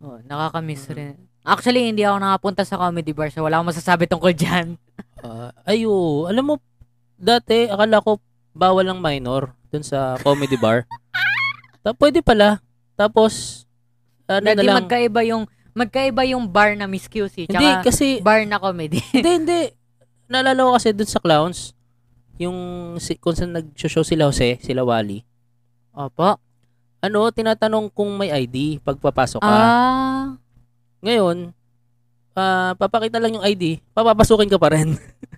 Oh, nakakamiss
Mhm.
rin. Actually, hindi ako nakapunta sa comedy bar, so wala akong masasabi tungkol dyan.
Ah, ay, oo. alam mo, dati akala ko bawal ang minor dun sa comedy bar. Ta pwede pala. Tapos, ano
Dati
na lang.
magkaiba yung magkaiba yung bar na Miss QC,
Hindi,
tsaka
kasi
bar na comedy.
hindi, hindi. Naalala ko kasi dun sa clowns, yung si, kung saan nag-show sila Jose, sila Wally,
Opo.
ano, tinatanong kung may ID pagpapasok ka.
Ah.
Ngayon, ah, papakita lang yung ID, papapasukin ka pa rin.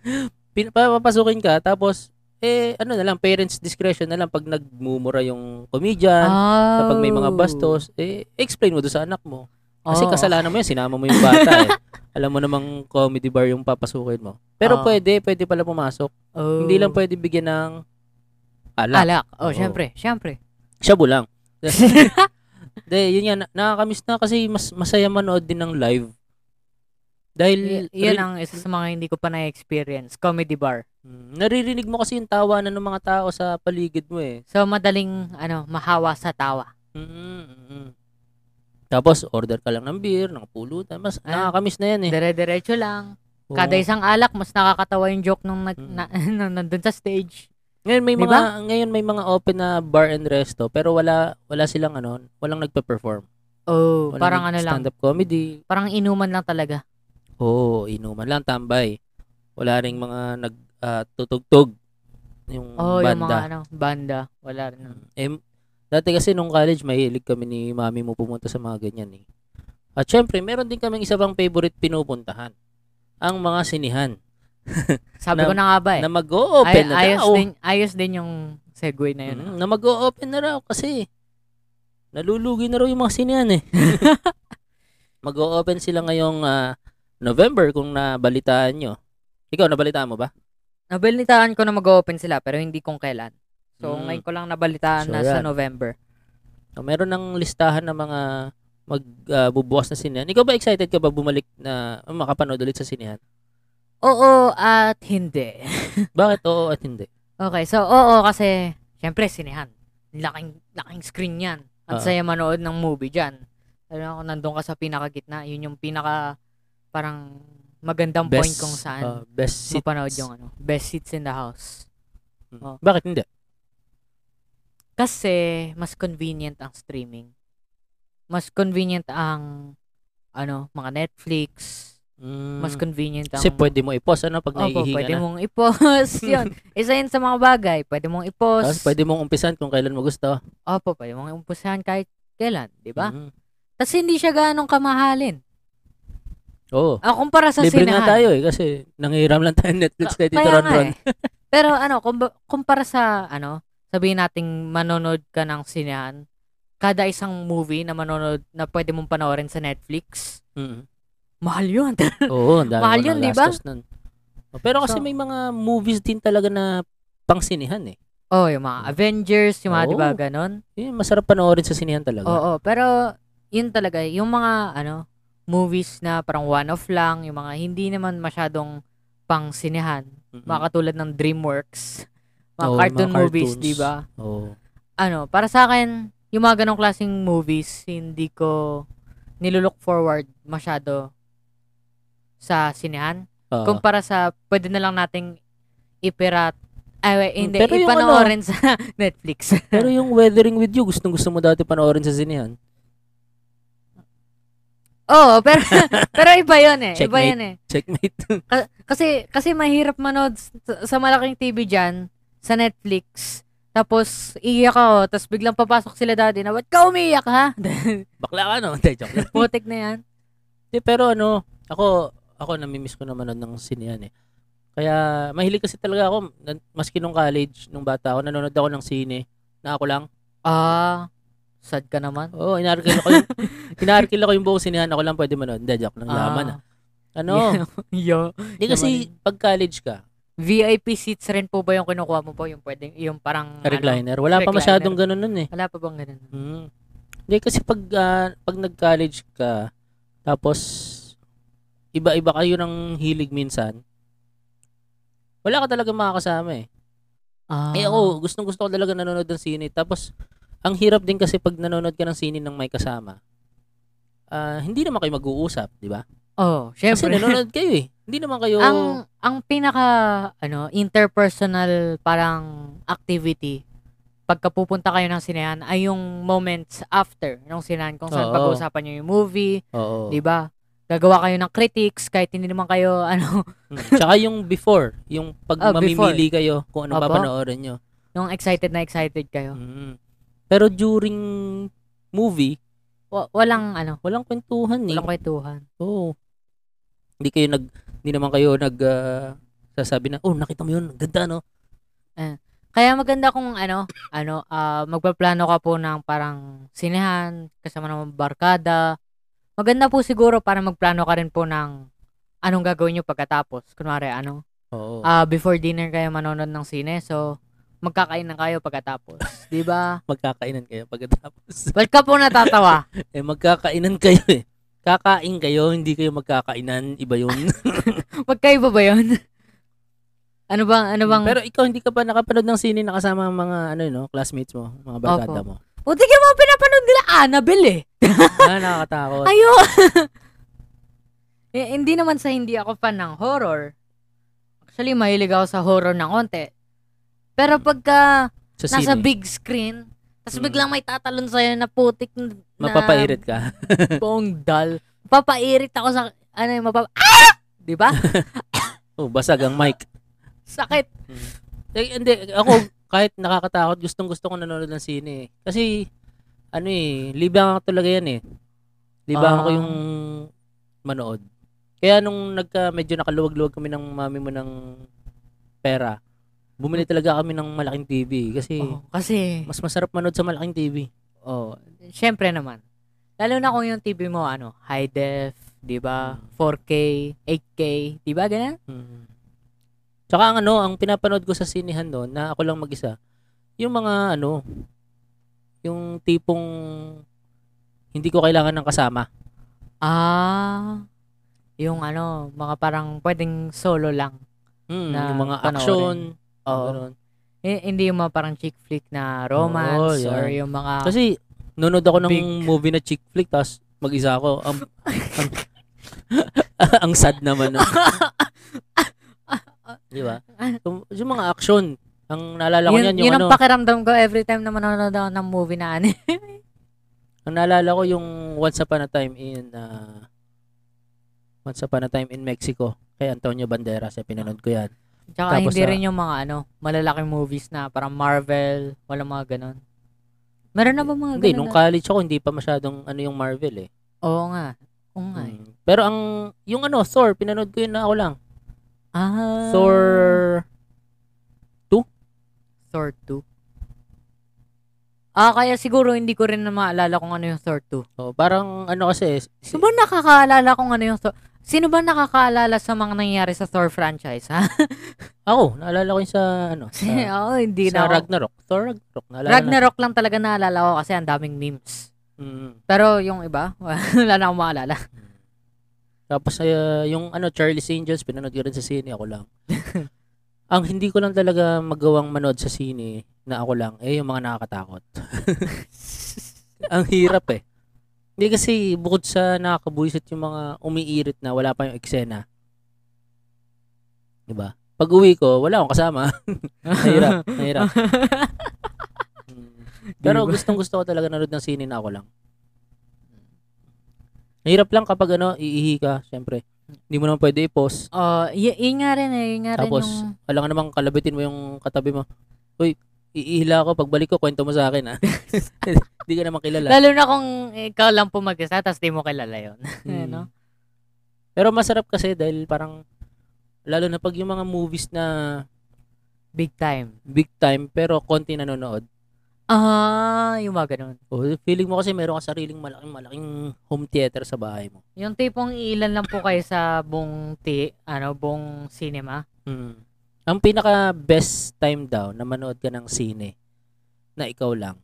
Pin- papapasukin ka, tapos, eh, ano na lang, parents discretion na lang pag nagmumura yung comedian,
Oh.
kapag may mga bastos, eh, explain mo doon sa anak mo. Kasi
Oo.
kasalanan mo yun, sinama mo yung bata eh. Alam mo namang comedy bar yung papasukin mo. Pero
Oo.
pwede, pwede pala pumasok.
Oh.
Hindi lang pwede bigyan ng alak.
Alak.
Oo.
Oh, syempre, syempre.
Shabu lang. De, yun nga, na- nakakamiss na kasi mas masaya manood din ng live. Dahil,
Y- yun
rin-
ang isa sa mga hindi ko pa na-experience, comedy bar.
Mm, naririnig mo kasi yung tawa na ng mga tao sa paligid mo eh.
So madaling ano, mahawa sa tawa.
Mm-mm, mm-mm. Tapos, order ka lang ng beer, ng pulutan. Mas
Ah.
nakakamiss na yan eh.
Dire-diretso lang.
Oo.
Kada isang alak mas nakakatawa yung joke nung nag,
Mm.
na, nung nandun sa stage.
Ngayon may
Di
mga ngayon may mga open na bar and resto pero wala wala silang ano, walang nagpe-perform.
Oh,
Walang
parang ano lang,
stand-up comedy,
parang inuman lang talaga.
Oo, inuman lang, tambay. Wala ring mga nagtutugtog yung
Oh, yung mga
Mm, banda.
ano, banda, wala rin. nun.
Eh, dati kasi nung college, mahilig kami ni mami mo pumunta sa mga ganyan eh. At syempre, meron din kaming isa pang favorite pinupuntahan. Ang mga sinihan
Sabi
Na-
ko na nga ba eh.
na mag-o-open
Ay-
na
ayos
daw.
din, ayos din yung segue na
Mm,
yun.
na mag-o-open na raw kasi nalulugi na raw yung mga sinihan eh. mag-o-open sila ngayong ah, November kung nabalitaan nyo. Ikaw, nabalitaan mo ba?
Nabalitaan ko na mag-open sila pero hindi kung kailan. So
Mm.
ngayon ko lang nabalitaan
So,
na sa
yan.
November.
Oh, meron ng listahan ng mga magbubukas na sinehan. Ikaw ba excited ka ba bumalik na ah, makapanood ulit sa sinehan?
Oo at hindi.
Bakit oo at hindi?
Okay, so oo kasi syempre sinehan. Laking laking screen 'yan.
Oo.
Ang saya manood ng movie diyan. Alam ko nandoon ka sa pinakagitna, 'yun yung pinaka parang magandang point kung saan
ah, best seat.
mapanood yung ano, best seats in the house.
Mm.
oh.
Bakit hindi?
Kasi mas convenient ang streaming. Mas convenient ang ano, mga Netflix.
Mm,
Mas convenient ang
kasi pwede mo i-pause ano pag
Opo,
naihihinga
pwede
na.
mong i-pause 'yun. Isa 'yun sa mga bagay, pwede mong i-pause.
Tapos pwede mong umpisan kung kailan mo gusto.
Opo, pwede mong umpusahan kahit kailan, 'di ba?
Mm.
Tapos hindi siya ganong kamahalin.
Oo.
Ah, kumpara sa
Libre
sinahan.
nga tayo eh kasi nangihiram lang tayo ng Netflix kay Tito
Kaya
Ron
nga
Ron.
eh. Pero ano, kumba- kumpara sa ano, sabihin nating manonood ka ng sinahan, kada isang movie na manonood na pwede mong panoorin sa Netflix,
Mm.
mahal yun.
Oo, ang dami
Mahal
ko ng
yun, di ba?
gastos nun. Oh, Pero kasi
So-
may mga movies din talaga na pang sinihan eh.
oh, yung mga Avengers, yung mga
Oo.
'di ba ganon.
Yun, masarap panoorin sa sinihan talaga.
Oo, pero yun talaga, yung mga ano, movies na parang one-off lang, yung mga hindi naman masyadong pang sinehan,
Mm-mm.
mga katulad ng DreamWorks,
Mm. Oo,
mga
yung mga
cartoon movies,
cartoons.
di ba?
Oo.
ano, para sa akin, yung mga ganong klaseng movies, hindi ko nilulook forward masyado sa sinehan.
Ah.
Kumpara sa, pwede na lang nating ipirat, ay, wait, hindi,
pero yung ano,
ipanoorin sa Netflix.
Pero yung Weathering with You, gustong gusto mo dati panoorin sa sinihan.
Oo, pero, pero iba yun eh. Iba
Checkmate.
yun eh.
Checkmate.
Kasi, kasi mahirap manood sa, sa malaking TV dyan, sa Netflix, tapos iiyak ako, tapos biglang papasok sila daddy na, ba't ka umiiyak ha?
Bakla ka no? Hindi, joke lang.
Putik na yan.
Hindi, pero ano, ako, ako namimiss ko na manood ng sinihan eh. Kaya, mahilig kasi talaga ako, na- maski nung college, nung bata ako, nanonood ako ng sine na ako lang.
Ah, sad ka naman.
Oo, oh, inaarkil ako yung, inaarkil ako yung buong sinihan, ako lang pwede manood. Hindi, joke lang, yaman ah. Ano?
Yo.
Hindi kasi pag college ka,
Ano? VIP seats rin po ba yung kinukuha mo po? Yung pwedeng, yung parang, ano,
recliner, wala pa
recliner.
masyadong ganun nun eh.
wala pa bang ganun?
Mm. Hindi kasi pag ah, pag nag-college ka tapos iba-iba kayo ng hilig minsan. Wala ka talaga makakasama eh.
Ah.
Eh ako, gustong gusto ko talaga nanonood ng sine. Tapos ang hirap din kasi pag nanonood ka ng sine ng may kasama. ah, hindi naman kayo mag-uusap, di ba?
Oh,
Kasi
syempre.
nanonood kayo eh. Hindi naman kayo
ang ang pinaka ano interpersonal parang activity pagka pupunta kayo ng sinehan ay yung moments after ng sinehan kung
Oo.
saan pag-uusapan niyo yung movie,
Oo.
'di ba? Gagawa kayo ng critics kahit hindi naman kayo ano
Mm. Tsaka yung before, yung pag
Ah, before.
mamimili kayo kung ano
Opo.
papanoorin nyo.
yung excited na excited kayo.
Mm. Pero during movie,
Wa- walang ano,
walang kwentuhan eh.
walang kwentuhan.
Oo. Hindi kayo nag hindi naman kayo nag ah, sasabi na, "Oh, nakita mo 'yun, Ang ganda no."
Kaya maganda kung ano, ano, ah, magpaplano ka po ng parang sinehan, kasama ng barkada. Maganda po siguro para magplano ka rin po ng anong gagawin nyo pagkatapos. Kunwari, ano,
Oo.
ah, before dinner kayo manonood ng sine, so magkakain na kayo pagkatapos. di ba?
magkakainan kayo pagkatapos.
Ba't ka po natatawa?
eh magkakainan kayo eh. Kakain kayo, hindi kayo magkakainan, iba 'yun.
Magkaiba ba yun? ano bang, ano bang,
Pero ikaw hindi ka pa nakapanood ng sine na kasama ang mga ano no, classmates mo, mga barkada mo.
puti ka mga pinapanood nila Annabelle eh.
ah, nakakatakot.
Ayo. Eh, hindi naman sa hindi ako fan ng horror. Actually, mahilig ako sa horror ng konti. Pero pagka
Sa sine,
nasa big screen, tapos
Mm.
biglang may tatalon sa'yo na putik na
mapapairit ka.
Bong dal. Papairit ako sa, ano yung mapap... Ah! Di ba?
Oh, basag ang mic.
Sakit.
Eh, hindi, ako kahit nakakatakot, gustong gusto ko nanonood ng sine. eh. Kasi, ano eh, libangan ko talaga yan eh. Libangan
Ah.
ko yung manood. Kaya nung nagka, medyo nakaluwag-luwag kami ng mami mo ng pera, bumili talaga kami ng malaking TV kasi
Oo, Oh, kasi,
mas masarap manood sa malaking TV.
oh, syempre naman. Lalo na kung yung TV mo, ano, high def, di ba?
Mm.
4K, 8K, di ba? Ganyan?
Mm. Tsaka ang ano, ang pinapanood ko sa sinihan noon, na ako lang mag-isa, yung mga ano, yung tipong hindi ko kailangan ng kasama.
Ah. Yung ano, mga parang pwedeng solo lang.
Mm,
na
yung mga
panoorin.
action.
Oo.
ganun.
Eh, hindi yung mga parang chick flick
Oo,
na romance
yan.
or yung mga
Kasi, nanonood ako ng
Ah. Big.
movie na chick flick, tapos mag-isa ako. Ang, ang, ang sad naman. No? Di ba? So, yung mga action, ang naalala ko
yun,
niyan, yung
yun
ano,
ang pakiramdam ko every time na manonood ako ng movie na ano.
ang naalala ko yung Once Upon a Time in, ah, Once Upon a Time in Mexico, kay Antonio Banderas, eh, pinanood ko yan.
Tsaka
Tapos,
hindi
ah,
rin yung mga ano, malalaking movies na parang Marvel, wala mga ganun. Meron na ba mga
Hindi,
ganun?
nung
na-
college ako, hindi pa masyadong ano yung Marvel eh.
Oo nga. Oo nga. eh.
Mm. Pero ang, yung ano, Thor, pinanood ko yun na ako lang.
Ah.
Thor
Thor 2. Ah, kaya siguro hindi ko rin na maalala kung ano yung Thor 2.
oh, parang ano kasi si-
Sino ba nakakaalala kung ano yung Thor? Sino ba nakakaalala sa mga nangyayari sa Thor franchise, ha?
ako naalala ko yun sa ano sa,
Oo,
sa
hindi na. ako.
Ragnarok Thor Ragnarok naalala
Ragnarok lang talaga naalala ko kasi ang daming memes.
na, Mm.
Pero yung iba, wala na akong maalala.
tapos ah, yung ano Charlie's Angels pinanood ko rin sa sine ako lang ang hindi ko lang talaga magawang manood sa sine na ako lang eh yung mga nakakatakot ang hirap eh hindi kasi bukod sa nakakabuisit yung mga umiirit na wala pa yung eksena di ba pag uwi ko wala akong kasama Nahirap, nahirap. Mm. Pero
Diba?
gustong gusto ko talaga nanood ng sine na ako lang. Nahirap lang kapag ano, iihi ka, syempre. Hindi mo naman pwede i-pause.
Oh, y- yun nga rin eh, yun nga
Tapos,
rin yung...
wala ka namang kalabitin mo yung katabi mo. Uy, iihila ako. Pagbalik ko, kwento mo sa akin, ha? Hindi ka naman kilala.
Lalo na kung ikaw lang po mag-isa, tapos di mo kilala yun.
Mm.
ano?
Pero masarap kasi dahil parang, lalo na pag yung mga movies na
Big time.
big time pero konti nanonood.
Ah, yung mga ganun.
O, Oh, feeling mo kasi meron ka sariling malaking malaking home theater sa bahay mo.
Yung tipong ilan lang po kayo sa buong ti, ano, buong cinema.
Mm. Ang pinaka best time daw na manood ka ng sine na ikaw lang.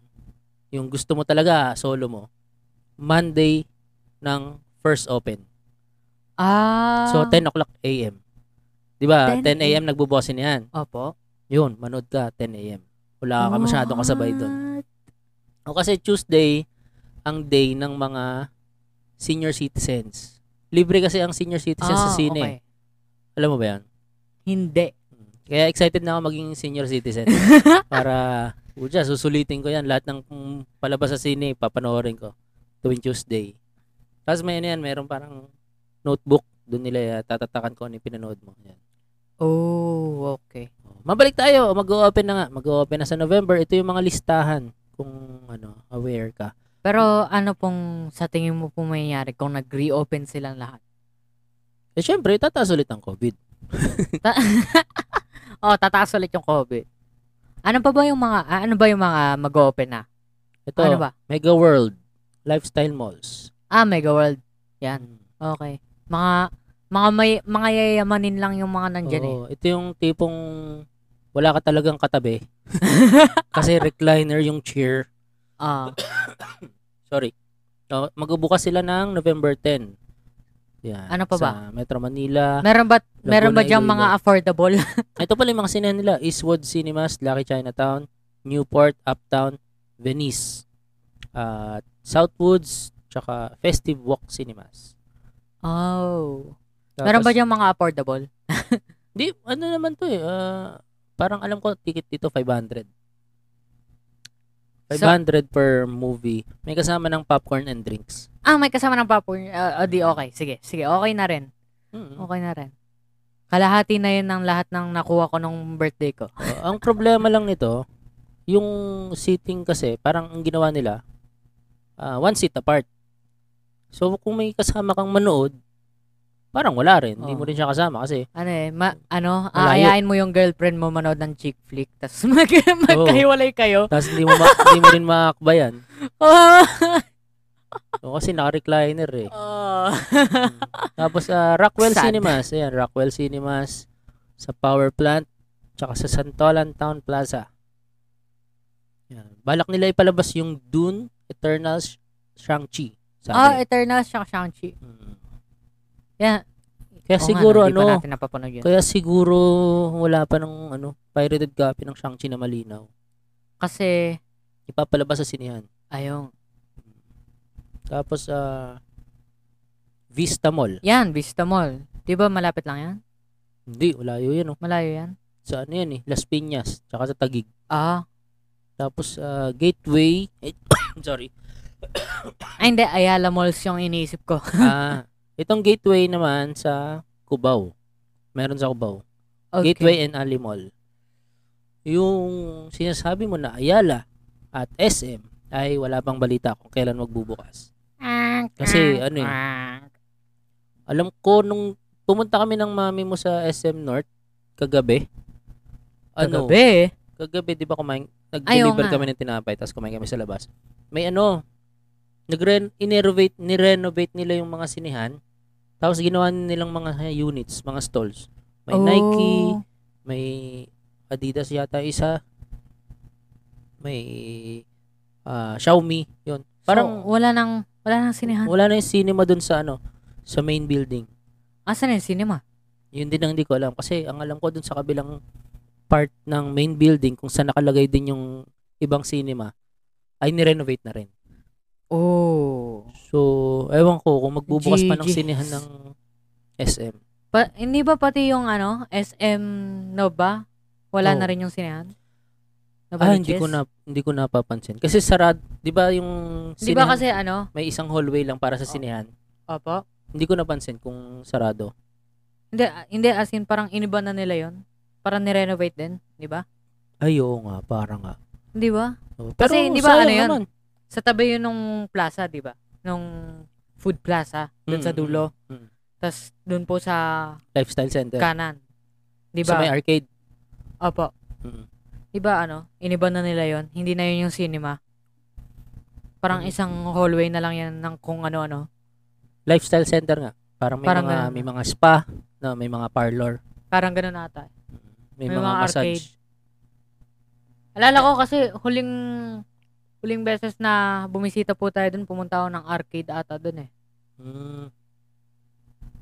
Yung gusto mo talaga, ah, solo mo. Monday ng first open.
Ah.
So 10 o'clock AM. 'Di ba?
10
10 AM nagbubosin 'yan.
Opo.
Yun, manood ka 10 AM. Wala Ah, ka masyadong kasabay doon.
What? Ah.
O kasi Tuesday ang day ng mga senior citizens. Libre kasi ang senior citizens sa eh.
Ah,
sine.
okay.
Alam mo ba 'yan?
Hindi.
Mm. Kaya excited na ako maging senior citizen para Uja, susulitin ko yan. Lahat ng mm, palabas sa sine, papanoorin ko tuwing Tuesday. Tapos may ano yan, meron parang notebook. Doon nila ah, tatatakan ko ano yung pinanood mo. Yan.
Oh, okay.
Oh, Mabalik tayo, mag-open na nga. Mag-open na sa November. Ito yung mga listahan kung ano, aware ka.
Pero ano pong sa tingin mo po mangyayari kung nag-reopen silang lahat?
Eh syempre, tataas ulit ang COVID.
Ta- oh, tataas ulit yung COVID. Ano pa ba yung mga ah, ano ba yung mga mag-open na?
Ito,
Ano ba?
Mega World, Lifestyle Malls.
Ah, Mega World. Yan.
Mm.
Okay. Mga mga may mga yayamanin lang yung mga nandiyan eh.
Oo, ito yung tipong wala ka talagang katabi. Kasi recliner yung chair.
Ah.
Sorry. So, magbubukas sila ng November 10. Yan.
Ano pa ba?
Sa Metro Manila.
meron ba meron ba
Laguna,
diyang mga
Iloilo.
affordable?
Ito pala yung mga sinehan nila. Eastwood Cinemas, Lucky Chinatown, Newport, Uptown, Venice, at Southwoods, tsaka Festive Walk Cinemas.
oh. Meron ba
Tapos-
diyang mga affordable?
Di, ano naman to eh. ah, parang alam ko, ticket dito 500. 500
So-
per movie. May kasama ng popcorn and drinks.
Ah, may kasama ng popcorn. Ah, ah, di okay. Sige. Sige, okay na rin.
Mm.
Okay na rin. Kalahati na yun ng lahat ng nakuha ko nung birthday ko.
Oh, ang problema lang nito, yung seating kasi, parang ang ginawa nila, ah, one seat apart. So, kung may kasama kang manood, parang wala rin. Hindi mo
Oo.
rin siya kasama kasi
Ano eh, ma- ano,
Malayo.
aayain mo yung girlfriend mo manood ng chick flick, tapos mag- magkahiwalay kayo.
tapos hindi mo, ma- hindi mo rin makakbayan.
Oh!
O, kasi naka-recliner eh.
oh.
Tapos sa Rockwell
Sad.
Cinemas, ayan, Rockwell Cinemas sa Power Plant tsaka sa Santolan Town Plaza. Ayan. Balak nila ipalabas yung Dune Eternals Shang-Chi. Sabi.
oh, Eternal Shang Shang-Chi.
Mm.
Yan.
Kaya
Oo nga,
siguro
no, di pa
ano,
natin napapanood yun.
kaya siguro wala pa ng ano, pirated copy ng Shang-Chi na malinaw.
Kasi,
Ipapalabas sa sinihan.
ayun.
Tapos sa Vista Mall.
Yan, Vista Mall. Di ba malapit lang yan?
Hindi, walayo yun. Oh.
Malayo yan?
Sa ano yan eh, Las Piñas, tsaka sa Tagig.
Ah.
Tapos ah, Gateway, eh, sorry.
Ay, hindi. Ayala Malls yung iniisip ko.
Ah, itong Gateway naman sa Cubao. Meron sa Cubao.
Okay.
Gateway and Ali Mall. Yung sinasabi mo na Ayala at SM ay wala pang balita kung kailan magbubukas. Kasi
Ah.
ano eh, alam ko nung pumunta kami ng mami mo sa SM North kagabi. Ano?
Kagabi eh.
Kagabi, di ba kumain?
Ayaw
Nag-deliver
nga.
kami ng tinapay tapos kumain kami sa labas. May ano, nagren in-renovate, ni-renovate nila yung mga sinihan. Tapos ginawa nilang mga units, mga stalls. May Nike,
Oh.
may Adidas yata isa. May ah, Xiaomi, yun. Parang
So, wala nang, wala nang sinehan.
wala na yung cinema dun sa ano, sa main building.
Asan yung cinema?
Yun din ang hindi ko alam kasi ang alam ko dun sa kabilang part ng main building kung saan nakalagay din yung ibang cinema ay ni-renovate na rin.
Oh.
So, ewan ko kung magbubukas pa ng
GG.
sinehan ng SM.
Pa- hindi ba pati yung ano, SM Nova? Wala
Oo.
na rin yung sinehan?
Oh. Ah, hindi ko na hindi ko napapansin. Kasi sarad, 'di ba yung
Di ba
sinehan,
kasi ano?
may isang hallway lang para sa
Oh.
sinehan.
Opo.
Hindi ko napansin kung sarado.
Hindi, ah, hindi as in parang iniba na nila yon Parang nirenovate din, di ba?
Ay, oo nga, para nga.
Di ba?
Oo,
Kasi hindi ba
sayang
ano yun?
naman.
Sa tabi yun nung plaza, di ba? Nung food plaza, dun sa
Mm, mm,
dulo.
mm, mm.
tas dun po sa
Lifestyle Center.
kanan. Di
Sa may
ba?
arcade.
Opo.
Mm.
Di ba ano, iniba na nila yon Hindi na yun yung cinema. Parang
Mhm.
isang hallway na lang yan ng kung ano-ano.
Lifestyle center nga. Parang may
Parang
mga
ganun.
may mga spa, no, may mga parlor,
Parang ganun ata.
may,
May
mga,
mga
massage.
arcade. Alala ko kasi huling huling beses na bumisita po tayo dun, pumunta ako ng arcade ata dun eh.
Mm.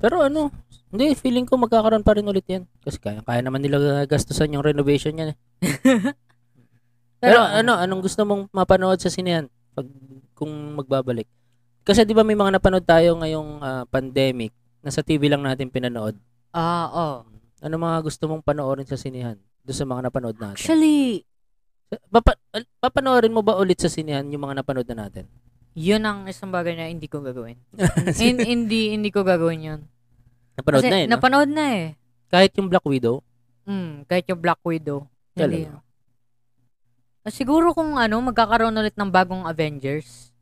Pero ano, hindi feeling ko magkakaroon pa rin ulit 'yan kasi kaya kaya naman nila gastusan yung renovation niyan eh. Pero, ano, anong gusto mong mapanood sa sinehan pag kung magbabalik? Kasi 'di ba may mga napanood tayo ngayong ah, pandemic na sa TV lang natin pinanood.
Ah, oh.
Ano mga gusto mong panoorin sa sinehan? Doon sa mga napanood natin.
Actually,
Papa, al- papanoorin mo ba ulit sa sinehan yung mga napanood na natin?
yun ang isang bagay na hindi ko gagawin. Hin- hindi hindi ko gagawin yun.
napanood
Kasi
na yun. no?
napanood na eh.
Kahit yung Black Widow.
Mm, kahit yung Black Widow. Hindi.
Talaga.
Ah, Siguro kung ano, magkakaroon ulit ng bagong Avengers.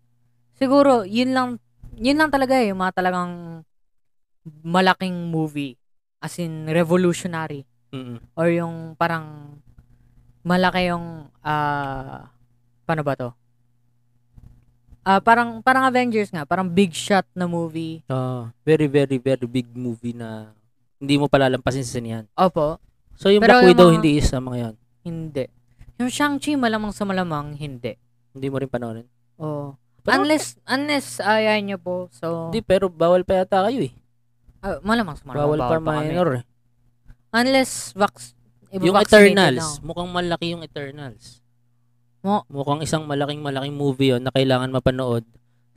Siguro, yun lang, yun lang talaga eh, yung mga talagang malaking movie. As in, revolutionary.
Mm-mm.
Or yung parang malaki yung, ah, paano ba to? Ah, parang, parang Avengers nga, parang big shot na movie.
Ah, very, very, very big movie na hindi mo palalampasin sa sinehan.
Opo,
So yung
Pero
Black
yung
Widow
mga-
hindi isa mga yan.
hindi. Yung Shang-Chi, malamang sa malamang, hindi.
Hindi mo rin panoorin.
Oo.
Pero-
unless, unless ayaw niyo po, so...
Hindi, pero bawal pa yata kayo eh.
Ah, malamang sa malamang
Bawal, pa
pa kami.
minor eh.
Unless vax
Yung
iba-vaccinated
Eternals,
lang.
mukhang malaki yung Eternals.
Mo-
Mukhang isang malaking malaking movie yon na kailangan mapanood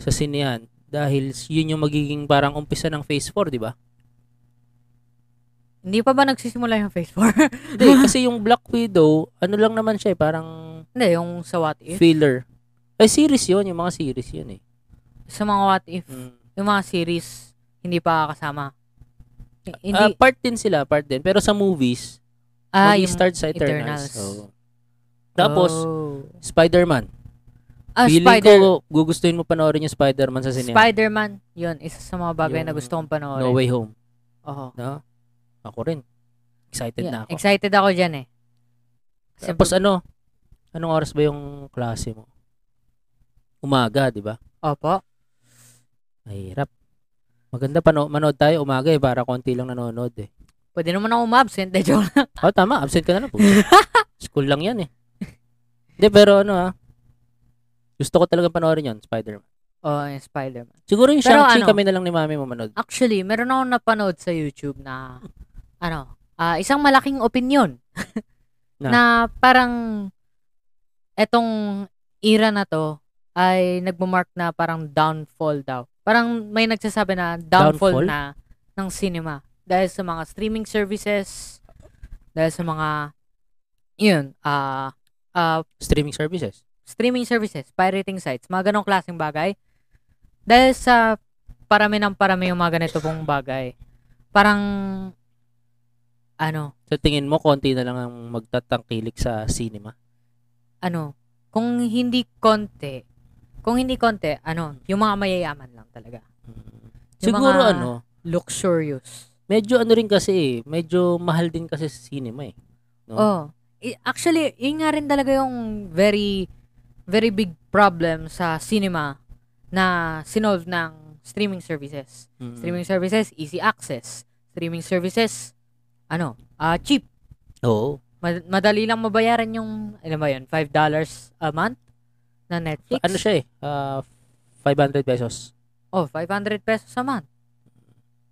sa sinehan dahil yun yung magiging parang umpisa ng Phase 4, di ba?
Hindi pa ba nagsisimula yung phase 4?
Hindi, kasi yung Black Widow, ano lang naman siya eh, parang
Hindi, yung sa what if.
filler. Eh, series yun, yung mga series yun eh.
Sa mga what if,
Mm.
yung mga series, hindi pa kasama. H-
Ah,
Hindi,
part din sila, part din. Pero sa movies,
ah, yung
mag-start sa Eternals.
Eternals.
Oo. Tapos,
Oh.
Spider-Man.
ah,
Feeling
Spider,
ko gugustuhin mo panoorin yung Spider-Man sa sinehan.
Spider-Man, yun, isa sa mga bagay na
Yung
gusto kong panoorin.
no Way Home.
Oo.
No? Ako rin. Excited
Yeah,
na ako.
Excited ako dyan eh. Kasi
Tapos ano, anong oras ba yung klase mo? Umaga, di ba?
Opo.
Mahirap. Maganda pano manood tayo umaga eh, para konti lang nanonood eh.
Pwede naman ako umabsent. De, joke lang.
Oh, tama. Absent ka na lang. po. School lang yan eh. Hindi, pero ano ah. Gusto ko talaga panoorin yan, Spider-Man.
Oo, Oh, yung Spider-Man.
Siguro yung
Pero
Shang-Chi
ano?
kami na lang ni mami mamanood.
Actually, meron akong napanood sa YouTube na, ano, ah, isang malaking opinion
Na?
na? parang etong era na to ay nagmamark na parang downfall daw. Parang may nagsasabi na downfall,
Downfall?
na ng cinema dahil sa mga streaming services, dahil sa mga yun, ah ah,
Streaming services.
streaming services, pirating sites, mga ganong klaseng bagay. Dahil sa parami ng parami yung mga ganito pong bagay, parang, ano,
Sa tingin mo, konti na lang ang magtatangkilik sa cinema.
ano, kung hindi konti, kung hindi konti, ano, yung mga mayayaman lang talaga.
Mm.
Yung
Siguro
mga-
ano,
Luxurious.
medyo ano rin kasi eh, medyo mahal din kasi sa cinema eh. No?
Oh. I- Actually, yun nga rin talaga yung very, very big problem sa cinema na sinolve ng streaming services.
Mm.
Streaming services, easy access. Streaming services, ano, ah cheap.
Oo.
Mad- madali lang mabayaran yung, alam ba yun, $5 a month na Netflix.
Ano siya eh, ah, 500 pesos.
Oh, 500 pesos a month.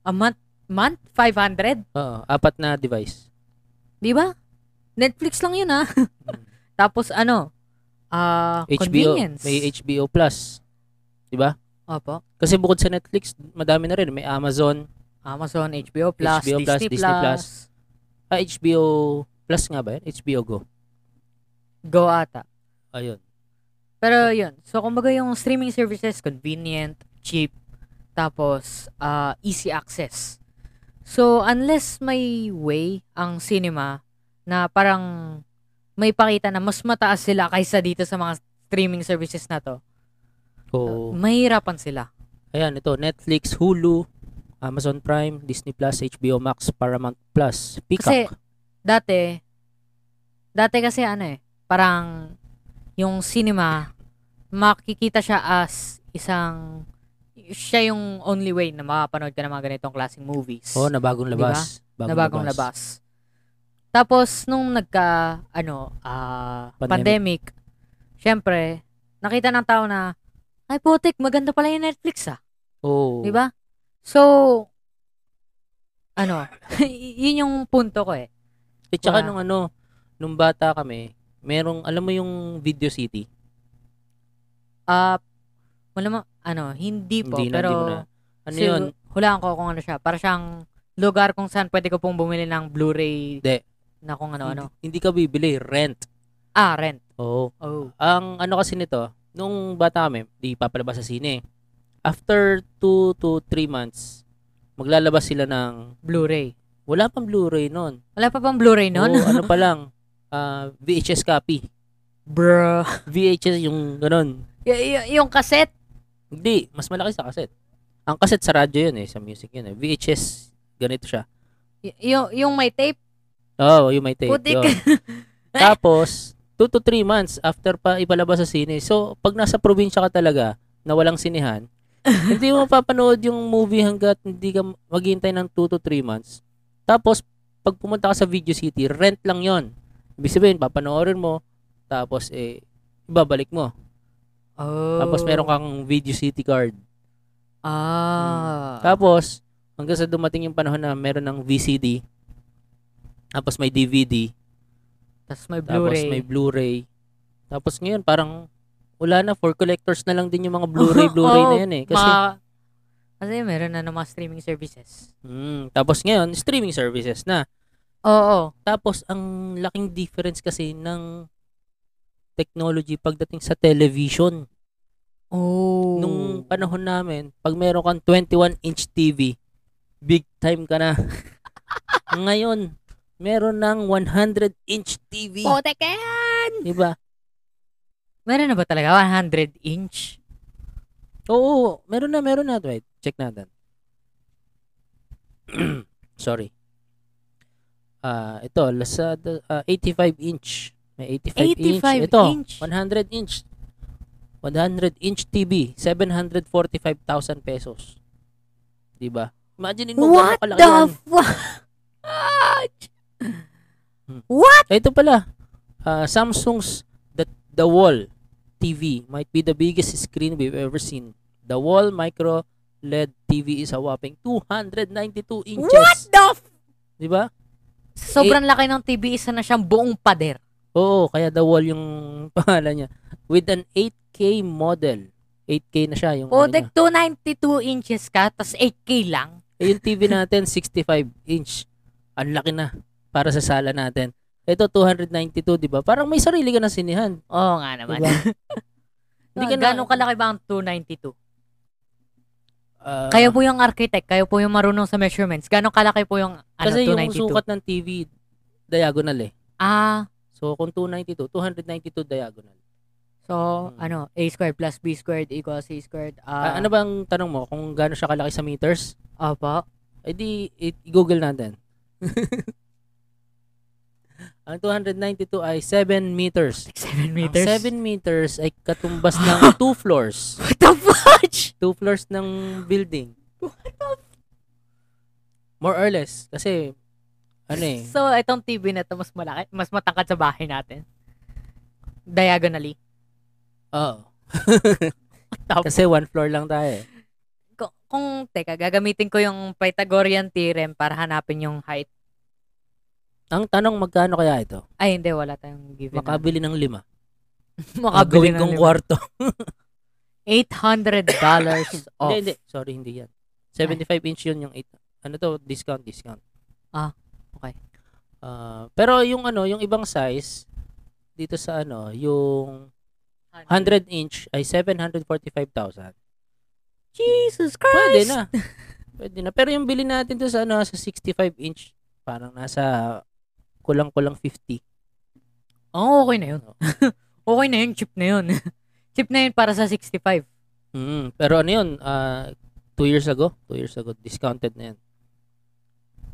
A month? Month? 500?
Oo, apat na device.
Di ba? Netflix lang yun, ah.
Mm.
Tapos ano, ah
HBO,
convenience.
may HBO Plus.
Opo.
Kasi bukod sa Netflix, madami na rin. May Amazon,
Amazon, HBO Plus,
HBO Plus,
Disney,
Disney Plus.
Plus.
ah, HBO Plus nga ba yun? HBO Go.
Go ata.
Ayun.
Pero yun, so kumbaga yung streaming services, convenient, cheap, tapos ah, easy access. So unless may way ang cinema na parang may pakita na mas mataas sila kaysa dito sa mga streaming services na to, Ah.
So,
mahirapan sila.
ayan, ito, Netflix, Hulu, Amazon Prime, Disney Plus, HBO Max, Paramount Plus, Peacock.
Kasi dati, dati kasi ano eh, parang yung cinema, makikita siya as isang, siya yung only way na makapanood ka ng mga ganitong klaseng movies
Oh, na bagong
Di ba?
labas. Bagong
na bagong labas. Tapos, nung nagka, ano, ah,
Pandemic.
pandemic. syempre, nakita ng tao na, ay putik, maganda pala yung Netflix ah.
Oh.
Di ba? So, ano, yun yung punto ko eh.
At saka
Wala.
nung ano, nung bata kami, merong, alam mo yung Video City?
Ah, wala mo, ano, hindi po,
Hindi na,
pero,
hindi mo na. Ano
sigur-
yun?
Hulaan ko kung ano siya. Para siyang lugar kung saan pwede ko pong bumili ng Blu-ray
Hindi.
na kung ano-ano.
Hindi, hindi ka bibili, rent.
Ah, rent.
Oo.
Oh.
Ang ano kasi nito, nung bata kami, di papalabas sa sine. After 2 to 3 months, maglalabas sila ng,
Blu-ray.
wala pang Blu-ray nun.
Wala pa pang Blu-ray nun?
Oo, ano pa lang, ah, VHS copy.
Bruh.
VHS yung ganun.
Y- y- yung kaset?
Hindi, mas malaki sa cassette. Ang cassette sa radyo yun eh, sa music yun eh. VHS, ganito siya.
Y- yung, yung may tape?
Oo, oh, you might take.
Putik.
yun. Tapos, 2 to 3 months after pa ipalabas sa sine. So, pag nasa probinsya ka talaga, na walang sinehan, hindi mo mapapanood yung movie hanggat hindi ka maghihintay ng 2 to 3 months. Tapos, pag pumunta ka sa Video City, rent lang yon. Ibig sabihin, papanoorin mo, tapos eh, ibabalik mo.
oh.
Tapos meron kang Video City card.
Ah.
Tapos, hanggang sa dumating yung panahon na meron ng VCD, tapos may DVD,
Tapos may
tapos
Blu-ray.
may Blu-ray. Tapos ngayon, parang wala na, for collectors na lang din yung mga Blu-ray, Blu-ray na
Oo,
yan eh. Kasi,
mga- kasi meron na ng mga streaming services.
Mm, tapos ngayon, streaming services na.
Oo.
Tapos, ang laking difference kasi ng technology pagdating sa television.
Oh. oh.
Nung panahon namin, pag meron kang 21-inch TV, big time ka na. ngayon, meron ng 100-inch TV.
Putek ka yan!
Diba?
Meron na ba talaga? 100 inch?
Oo, meron na, meron na. Wait, check natin. Sorry. Ah, ito, Lazada, ah, 85 inch. May 85, inch.
85
Ito,
inch.
100 inch. 100 inch TV, 745,000 pesos. 'Di ba? Imagine mo
What
gano'ng kalaki
the
yan.
fuck?
Eh, Ito pala. Ah, Samsung's the, the Wall TV might be the biggest screen we've ever seen. The Wall Micro E LED TV is a whopping 292 inches.
What the f-
Di ba?
Sobrang laki ng TV, isa na siyang buong pader.
Oo, kaya The Wall yung pangalan niya. With an 8K model. 8K na siya yung ano niya.
Putek, 292 inches ka, tapos 8K lang.
Eh, yung TV natin, 65 inch. Ang laki na para sa sala natin. Ito, 292, di ba? Parang may sarili ka na sinihan.
Oo nga
Di
naman.
ba?
Hindi
Diba? Hindi
ka
ka na-
Gano'ng kalaki ba ang 292?
Ah,
kayo po yung architect, kayo po yung marunong sa measurements. Gano'ng kalaki po yung ano,
Kasi yung
292?
sukat ng TV, diagonal eh.
Ah,
So, kung 292, 292 diagonal.
so
Hmm.
ano, a squared plus b squared equals c squared.
Ah,
Ah,
ano bang tanong mo? Kung gaano siya kalaki sa meters?
Opo.
Eh di, i- i-google natin. ang 292 ay 7 meters.
7 meters?
Ang 7 meters ay katumbas ng 2 floors.
What the fudge?
2 floors ng building. More or less. Kasi, ano eh.
So, itong TV na to mas malaki, mas matangkad sa bahay natin. Diagonally.
Oo.
Tapos,
Kasi one floor lang tayo eh.
kung, kung, teka, gagamitin ko yung Pythagorean theorem para hanapin yung height.
Ang tanong, magkano kaya ito?
Ay, hindi, wala tayong given. na-
Makabili ng lima.
Makabili
Gagawin
ng
kong
lima.
kwarto.
$800 off.
Hindi, hindi. Sorry, hindi yan. 75 inch yun yung 8. Ano to? Discount, discount.
Ah, okay.
Ah, pero yung ano, yung ibang size, dito sa ano, yung 100 inch ay 745,000.
Jesus Christ!
Pwede na. Pwede na. Pero yung bili natin to sa ano, sa 65 inch, parang nasa kulang-kulang 50.
Oo, Ah, okay na yun. Okay na yun, cheap na yun. cheap na yun para sa 65.
Mm, pero ano yun, 2 years ago, 2 years ago, discounted na yan.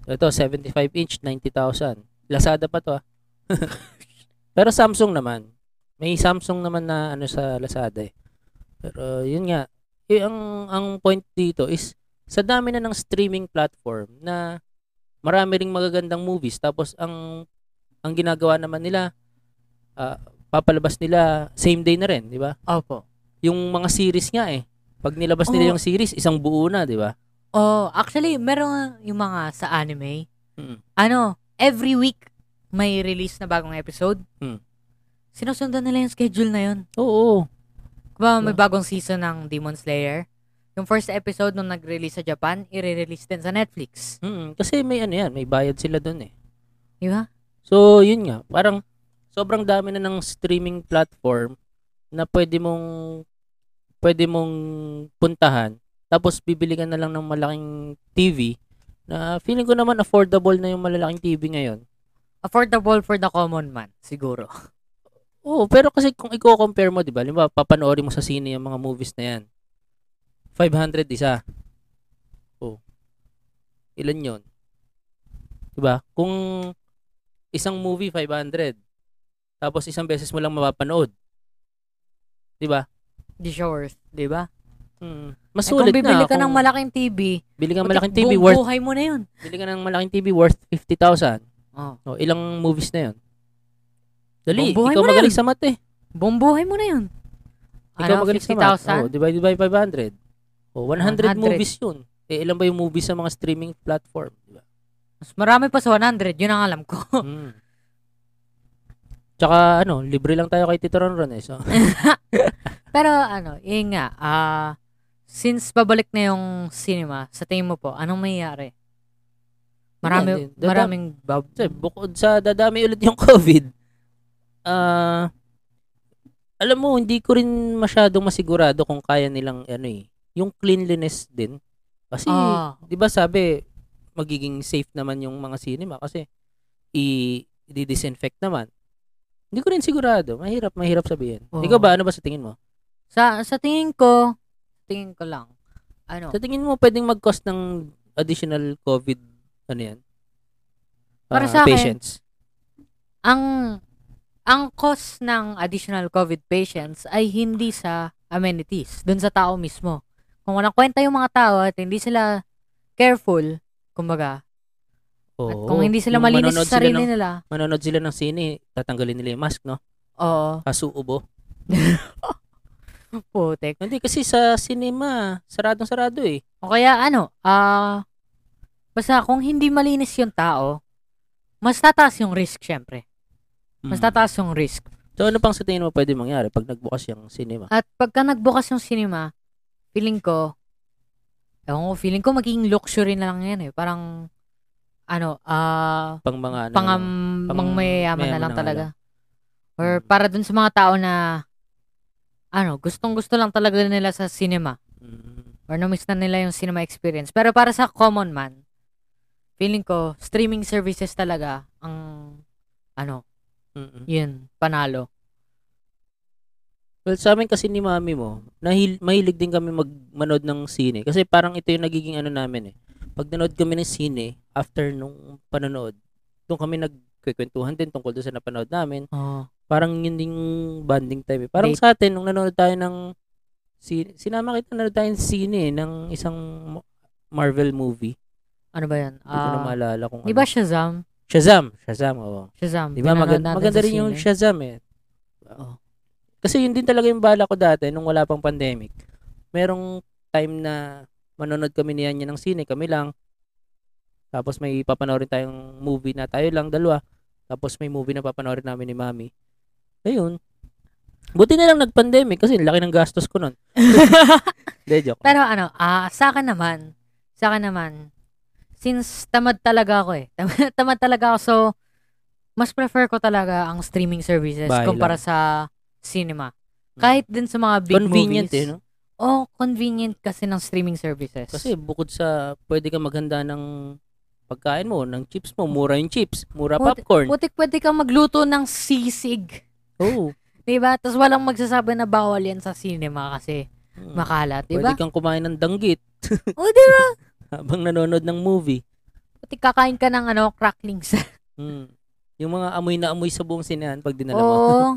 Ito, 75 inch, 90,000. Lazada pa to ah. Pero Samsung naman. May Samsung naman na ano sa Lazada eh. Pero yun nga, eh, ang ang point dito is sa dami na ng streaming platform na marami ring magagandang movies tapos ang ang ginagawa naman nila ah, papalabas nila same day na rin, di ba?
Opo.
Yung mga series nga eh. Pag nilabas nila
Oo.
yung series, isang buo na, di ba?
Oh, actually, meron nga yung mga sa anime.
Mm.
Ano, every week may release na bagong episode.
Mm.
Sinusundan nila yung schedule na yun.
Oo.
Kumbaga may
Yeah.
bagong season ng Demon Slayer. Yung first episode nung nag-release sa Japan, i-release din sa Netflix.
Mm, kasi may ano yan, may bayad sila doon eh.
Di ba?
So, yun nga. Parang sobrang dami na ng streaming platform na pwede mong pwede mong puntahan. Tapos, bibili ka na lang ng malaking TV na feeling ko naman affordable na yung malalaking TV ngayon.
Affordable for the common man, siguro.
Oo, pero kasi kung i-compare mo, di ba? Limba, papanoorin mo sa sine yung mga movies na yan. 500 isa. Oo. Ilan yon Di ba? Kung isang movie, 500. Tapos isang beses mo lang mapapanood. Di ba?
Di siya worth, di ba?
Mm. Mas
Eh, kung
sulit
bibili
na.
ka ng
kung
malaking TV,
bili ka ng
putik,
malaking TV
buong
worth,
buhay mo na yun.
bili ka ng malaking TV worth 50,000.
Oh,
O, ilang movies na yon Dali,
Buong buhay
ikaw
mo na
magaling
yun.
sa math eh.
buong buhay mo na yun.
Ikaw
Ano,
magaling sa math. Oh,
50,000?
divided by 500. Oh, 100,
100.
movies yun. Eh, ilan ba yung movies sa mga streaming platform? Di ba?
Mas marami pa sa 100, yun ang alam ko.
Mm. Tsaka ano, libre lang tayo kay Tito Ronron eh. So,
Pero ano, yun nga, ah, since babalik na yung cinema, sa tingin mo po, anong mayayari?
Yun
Marami,
yan, yun.
maraming bab-
kasi bukod sa dadami ulit yung COVID, ah alam mo, hindi ko rin masyadong masigurado kung kaya nilang ano eh, yung cleanliness din. Kasi,
Ah,
'di ba sabi magiging safe naman yung mga cinema kasi i i-disinfect naman. Hindi ko rin sigurado. Mahirap, mahirap sabihin.
Oo.
Ikaw ba ano ba sa tingin mo?
Sa sa tingin ko, tingin ko lang. Ano?
Sa tingin mo pwedeng mag-cause ng additional COVID ano yan?
Para
Ah,
sa akin,
patients.
Ang ang cost ng additional COVID patients ay hindi sa amenities, dun sa tao mismo. Kung walang kwenta yung mga tao at hindi sila careful, kumbaga, at
Oo.
kung hindi sila
Yung
malinis
manonood
sa sarili
sila ng,
nila,
manonood sila ng sine, tatanggalin nila yung mask, no?
oo,
Kasuubo.
putek.
Hindi kasi sa cinema, saradong-sarado eh.
O kaya ano, ah, basta kung hindi malinis yung tao, mas tataas yung risk, syempre. Mas
Mm.
tataas yung risk.
So ano pang sa tingin mo pwede mangyari pag nagbukas yung cinema?
At pagka nagbukas yung cinema, feeling ko, ewan ko, feeling ko magiging luxury na lang yan eh. Parang, ano, ah,
Pang mga ano,
pangam,
pang-
pang mayayaman
mayaman
na lang
na nga
talaga. Hmm. Or
Mm.
para dun sa mga tao na, ano, gustong gusto lang talaga nila sa cinema.
Mm.
Or na-miss na nila yung cinema experience. Pero para sa common man, feeling ko, streaming services talaga ang, ano,
Mm-mm.
yun, panalo.
Well, sa amin kasi ni mami mo, nahil, mahilig din kami magmanood ng sine. Kasi parang ito yung nagiging ano namin eh. Pag nanood kami ng sine, after nung panonood, doon kami nagkikwentuhan din tungkol doon sa napanood namin.
Oo.
Parang yun din yung bonding time eh. Parang
Date.
sa atin, nung nanood tayo ng sine, sinama kita nanood tayo ng sine eh, ng isang mo- Marvel movie.
ano ba yan?
Hindi ko na
Ah,
maalala kung
di ba
ano.
Shazam?
Shazam! Shazam, oo.
Shazam.
Di ba?
pinanood
Maganda,
natin
maganda
sa
rin yung
sine.
Shazam eh. Oo. Kasi yun din talaga yung bala ko dati nung wala pang pandemic. Merong time na manonood kami ni Anya ng sine, kami lang. Tapos may papanoorin tayong movie na tayo lang, dalawa. Tapos may movie na papanoorin namin ni Mami. Ayun. Buti na lang nag-pandemic kasi laki ng gastos ko nun. Hindi, joke.
Pero ano, ah sa akin naman, sa akin naman, since tamad talaga ako eh. Tamad, tamad talaga ako. So, mas prefer ko talaga ang streaming services
Bahay
kumpara
lang. Hmm.
sa cinema. Kahit din sa mga big
Convenient
movies.
eh, no?
Oh, convenient kasi ng streaming services.
Kasi bukod sa pwede ka maghanda ng pagkain mo, ng chips mo, mura yung chips, mura
Pwede-
popcorn.
putik pwede kang magluto ng sisig.
Oo.
'Di ba? Tapos walang magsasabi na bawal yan sa cinema kasi
Mm.
makalat, 'di ba?
Pwede kang kumain ng danggit
Oh, 'di ba?
habang nanonood ng movie.
Putik kakain ka ng ano, cracklings.
Mm. Yung mga amoy na amoy sa buong sinehan pag dinala mo.
Oo.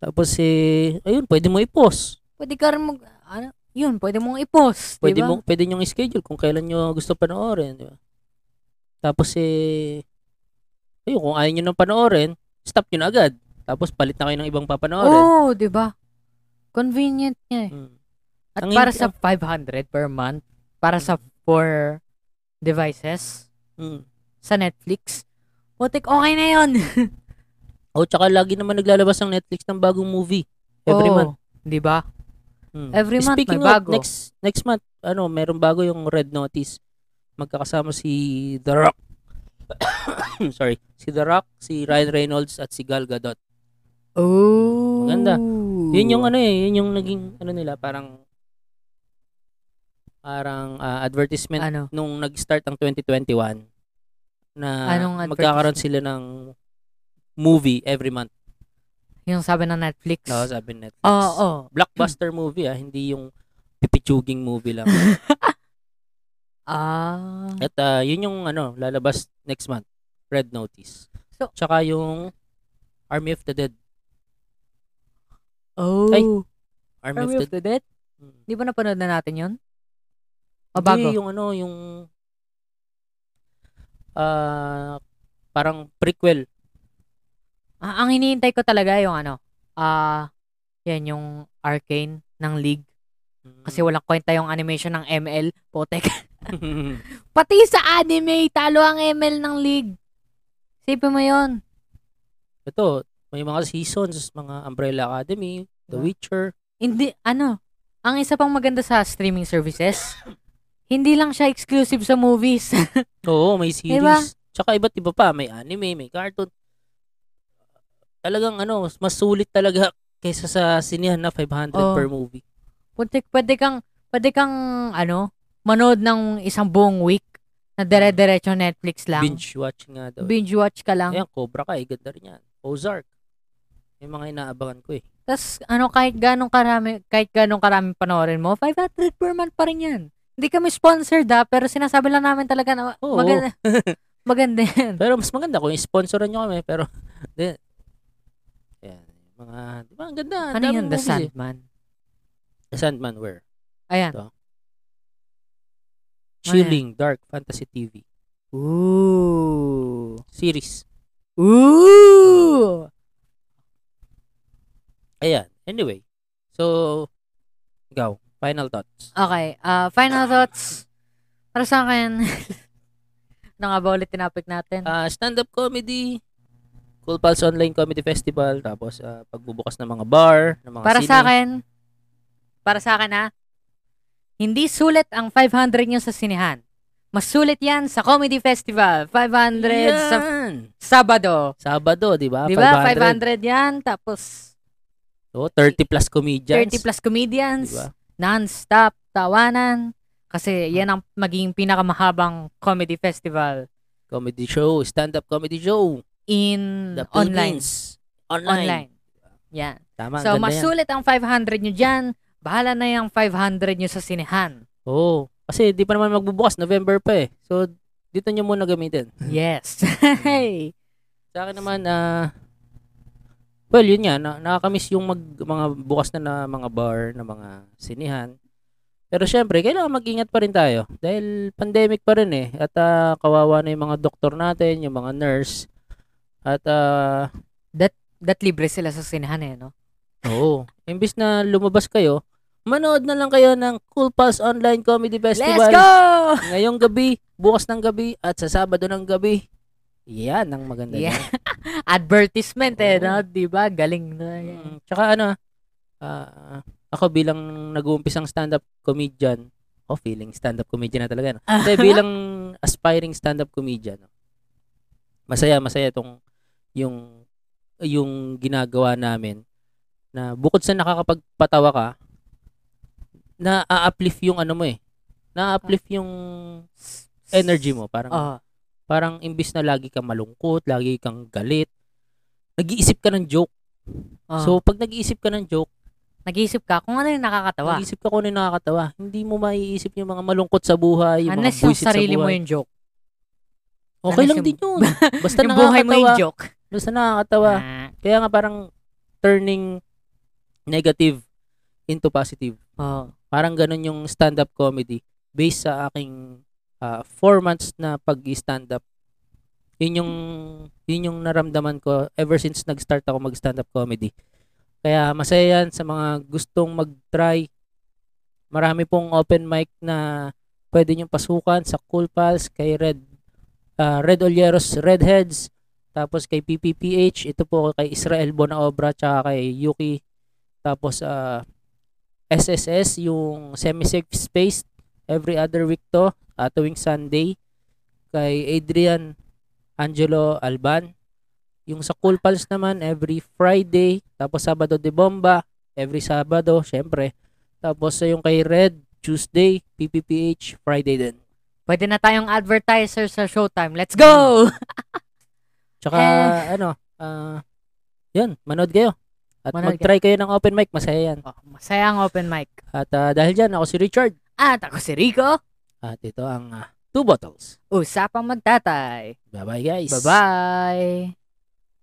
Tapos eh, ayun, pwede mo i-pause.
Pwede ka rin mag, ano, yun, pwede mong i-post,
Pwede
diba?
mo pwede nyo schedule kung kailan nyo gusto panoorin, di ba? Tapos eh ayun, kung ayaw nyo nang panoorin, stop nyo na agad. Tapos palit na kayo ng ibang papanoorin.
Oo, diba? Convenient niya eh.
Mm.
At
Ang
para
hindi-
sa 500 per month, para sa four devices
Mm.
sa Netflix, putik, okay na yun.
O tsaka lagi naman naglalabas ng Netflix ng bagong movie every
Oo,
month.
Diba?
Mm.
Every month,
Speaking of,
may bago.
next next month, ano, meron bago yung Red Notice. Magkakasama si The Rock. Sorry, si The Rock, si Ryan Reynolds at si Gal Gadot.
Oh.
Maganda. Yun yung ano eh, yun yung naging ano nila parang parang ah, advertisement
Ano?
nung nag-start ang 2021 na
Anong
magkakaroon sila ng movie every month.
Yung sabi ng Netflix.
Oo, sabi ni Netflix.
Oo, oo.
Blockbuster movie ah, hindi yung pipichuging movie lang.
Ah.
At ah, yun yung ano, lalabas next month, Red Notice.
So-
Tsaka yung Army of the Dead.
Oh.
Ay,
Army,
Army,
of the Dead?
Mm.
Di ba napanood na natin yun?
Hindi,
O Oh, bago?
yung ano, yung ah parang prequel.
Ah, ang hinihintay ko talaga yung ano, ah, yan yung Arcane ng League.
Mm.
Kasi walang kwenta yung animation ng ML. Potek. Pati sa anime, talo ang ML ng League. Sipin mo yun.
ito, may mga seasons, mga Umbrella Academy, The
Diba?
Witcher.
Hindi, ano, ang isa pang maganda sa streaming services, hindi lang siya exclusive sa movies.
Oo, may series.
Diba?
Tsaka iba't iba pa, may anime, may cartoon. Talagang ano, mas mas sulit talaga kaysa sa sinihan na 500
Oo.
per movie.
Pwede, pwede kang, pwede kang, ano, manood ng isang buong week na dire-diretso Netflix lang. Binge,
Binge watching nga daw.
watch ka lang.
Ayan, Cobra Kai, ganda rin yan. Ozark. May mga inaabangan ko eh.
Tapos, ano, kahit ganong karami, kahit ganong karami panoorin mo, 500 per month pa rin yan. Hindi kami sponsored ha, pero sinasabi lang namin talaga na
Oo.
maganda, maganda yan.
Pero mas maganda kung sponsoran nyo kami, pero, di. Ayan, mga, di ba, ang ganda. ang
Ano
daming
yun, The
movies eh.
Sandman?
The Sandman, where?
Ayan. Ano yan?
Chilling, Dark, Fantasy TV.
Ooh.
Series.
Ooh!
Ayan, anyway. So, ikaw, final thoughts.
Okay, ah, final thoughts. Para sa akin, ano nga ba ulit tinapik natin?
Ah, stand-up comedy, Cool Pals Online Comedy Festival, tapos ah, pagbubukas ng mga bar, ng mga
Para sa
sine.
akin, para sa akin ha, hindi sulit ang 500 nyo sa sinehan. Mas sulit yan sa Comedy Festival. 500 sa
Yan!
Sabado.
Sabado, di ba?
Di ba?
500.
500 yan. Tapos,
So, 30 plus comedians.
30 plus comedians.
Diba?
Non-stop. Tawanan. Kasi yan ang magiging pinakamahabang comedy festival
Comedy show, stand-up comedy show.
in
The
Mm, online.
Philippines. Online.
Online. Yan.
Tama,
so,
ganda
mas
yan.
sulit ang 500 nyo dyan. Bahala na yung 500 nyo sa sinehan.
Oo. Oh, Kasi di pa naman magbubukas, November pa eh. So, dito nyo muna gamitin.
Yes. hey.
Sa akin naman, ah, well, yun nga, na, nakakamiss yung mag, mga bukas na na mga bar, na mga sinihan. Pero syempre, kailangan mag-ingat pa rin tayo. Dahil pandemic pa rin eh. At ah, kawawa na yung mga doktor natin, yung mga nurse. At ah,
That libre sila sa sinehan eh, no?
Oo. Imbis na lumabas kayo, manood na lang kayo ng Cool Pals Online Comedy Festival.
Let's go!
Ngayong gabi, bukas ng gabi, at sa Sabado ng gabi. Yan ang maganda.
Yeah.
dyan.
Advertisement eh,
Oo.
no? Diba? Galing na yan.
Mm, Tsaka ano, ah, ako bilang nag-uumpisang stand-up comedian, oh, feeling stand-up comedian na talaga. No? Kasi bilang aspiring stand-up comedian, no? masaya, masaya itong yung yung ginagawa namin na bukod sa nakakapagpatawa ka, na-uplift yung ano mo eh. Na-uplift yung energy mo. Parang,
Oo.
parang imbis na lagi kang malungkot, lagi kang galit, nag-iisip ka ng joke.
Oo.
So, pag nag-iisip ka ng joke,
nag-iisip ka kung ano yung nakakatawa.
nag-iisip ka kung ano yung nakakatawa. Hindi mo maiisip yung mga malungkot sa buhay, yung mga
Unless yung
buisit sa
sarili mo
buhay.
yung joke.
Okay
unless
lang
yung-
din yun. Basta
Yung buhay mo
nakakatawa.
yung joke.
Basta nakakatawa.
Ah,
Kaya nga parang turning negative into positive.
Oo.
Parang ganun yung stand-up comedy based sa aking ah, four months na pag-stand-up. Yun yung, yun yung naramdaman ko ever since nag-start ako mag-stand-up comedy. Kaya masaya yan sa mga gustong mag-try. Marami pong open mic na pwede niyong pasukan sa Cool Pals, kay Red, ah, Red Olieros Redheads, tapos kay PPPH, ito po kay Israel Bonaobra, tsaka kay Yuki, tapos ah, SSS, yung semi-safe space, every other week to, ah, tuwing Sunday, kay Adrian Angelo Alban. Yung sa Cool Pals naman, every Friday, tapos Sabado de Bomba, every Sabado, syempre. Tapos sa yung kay Red, Tuesday, PPPH, Friday din.
Pwede na tayong advertiser sa Showtime. Let's
Mm.
go!
Tsaka, ano, ah, yun, manood kayo. At
Manood
mag-try kayo ng open mic, masaya yan.
Oh, masaya ang open mic.
At ah, dahil dyan, ako si Richard.
At ako si Rico.
At ito ang ah, Two Bottles.
Usapang magtatay.
Bye-bye guys.
Bye-bye!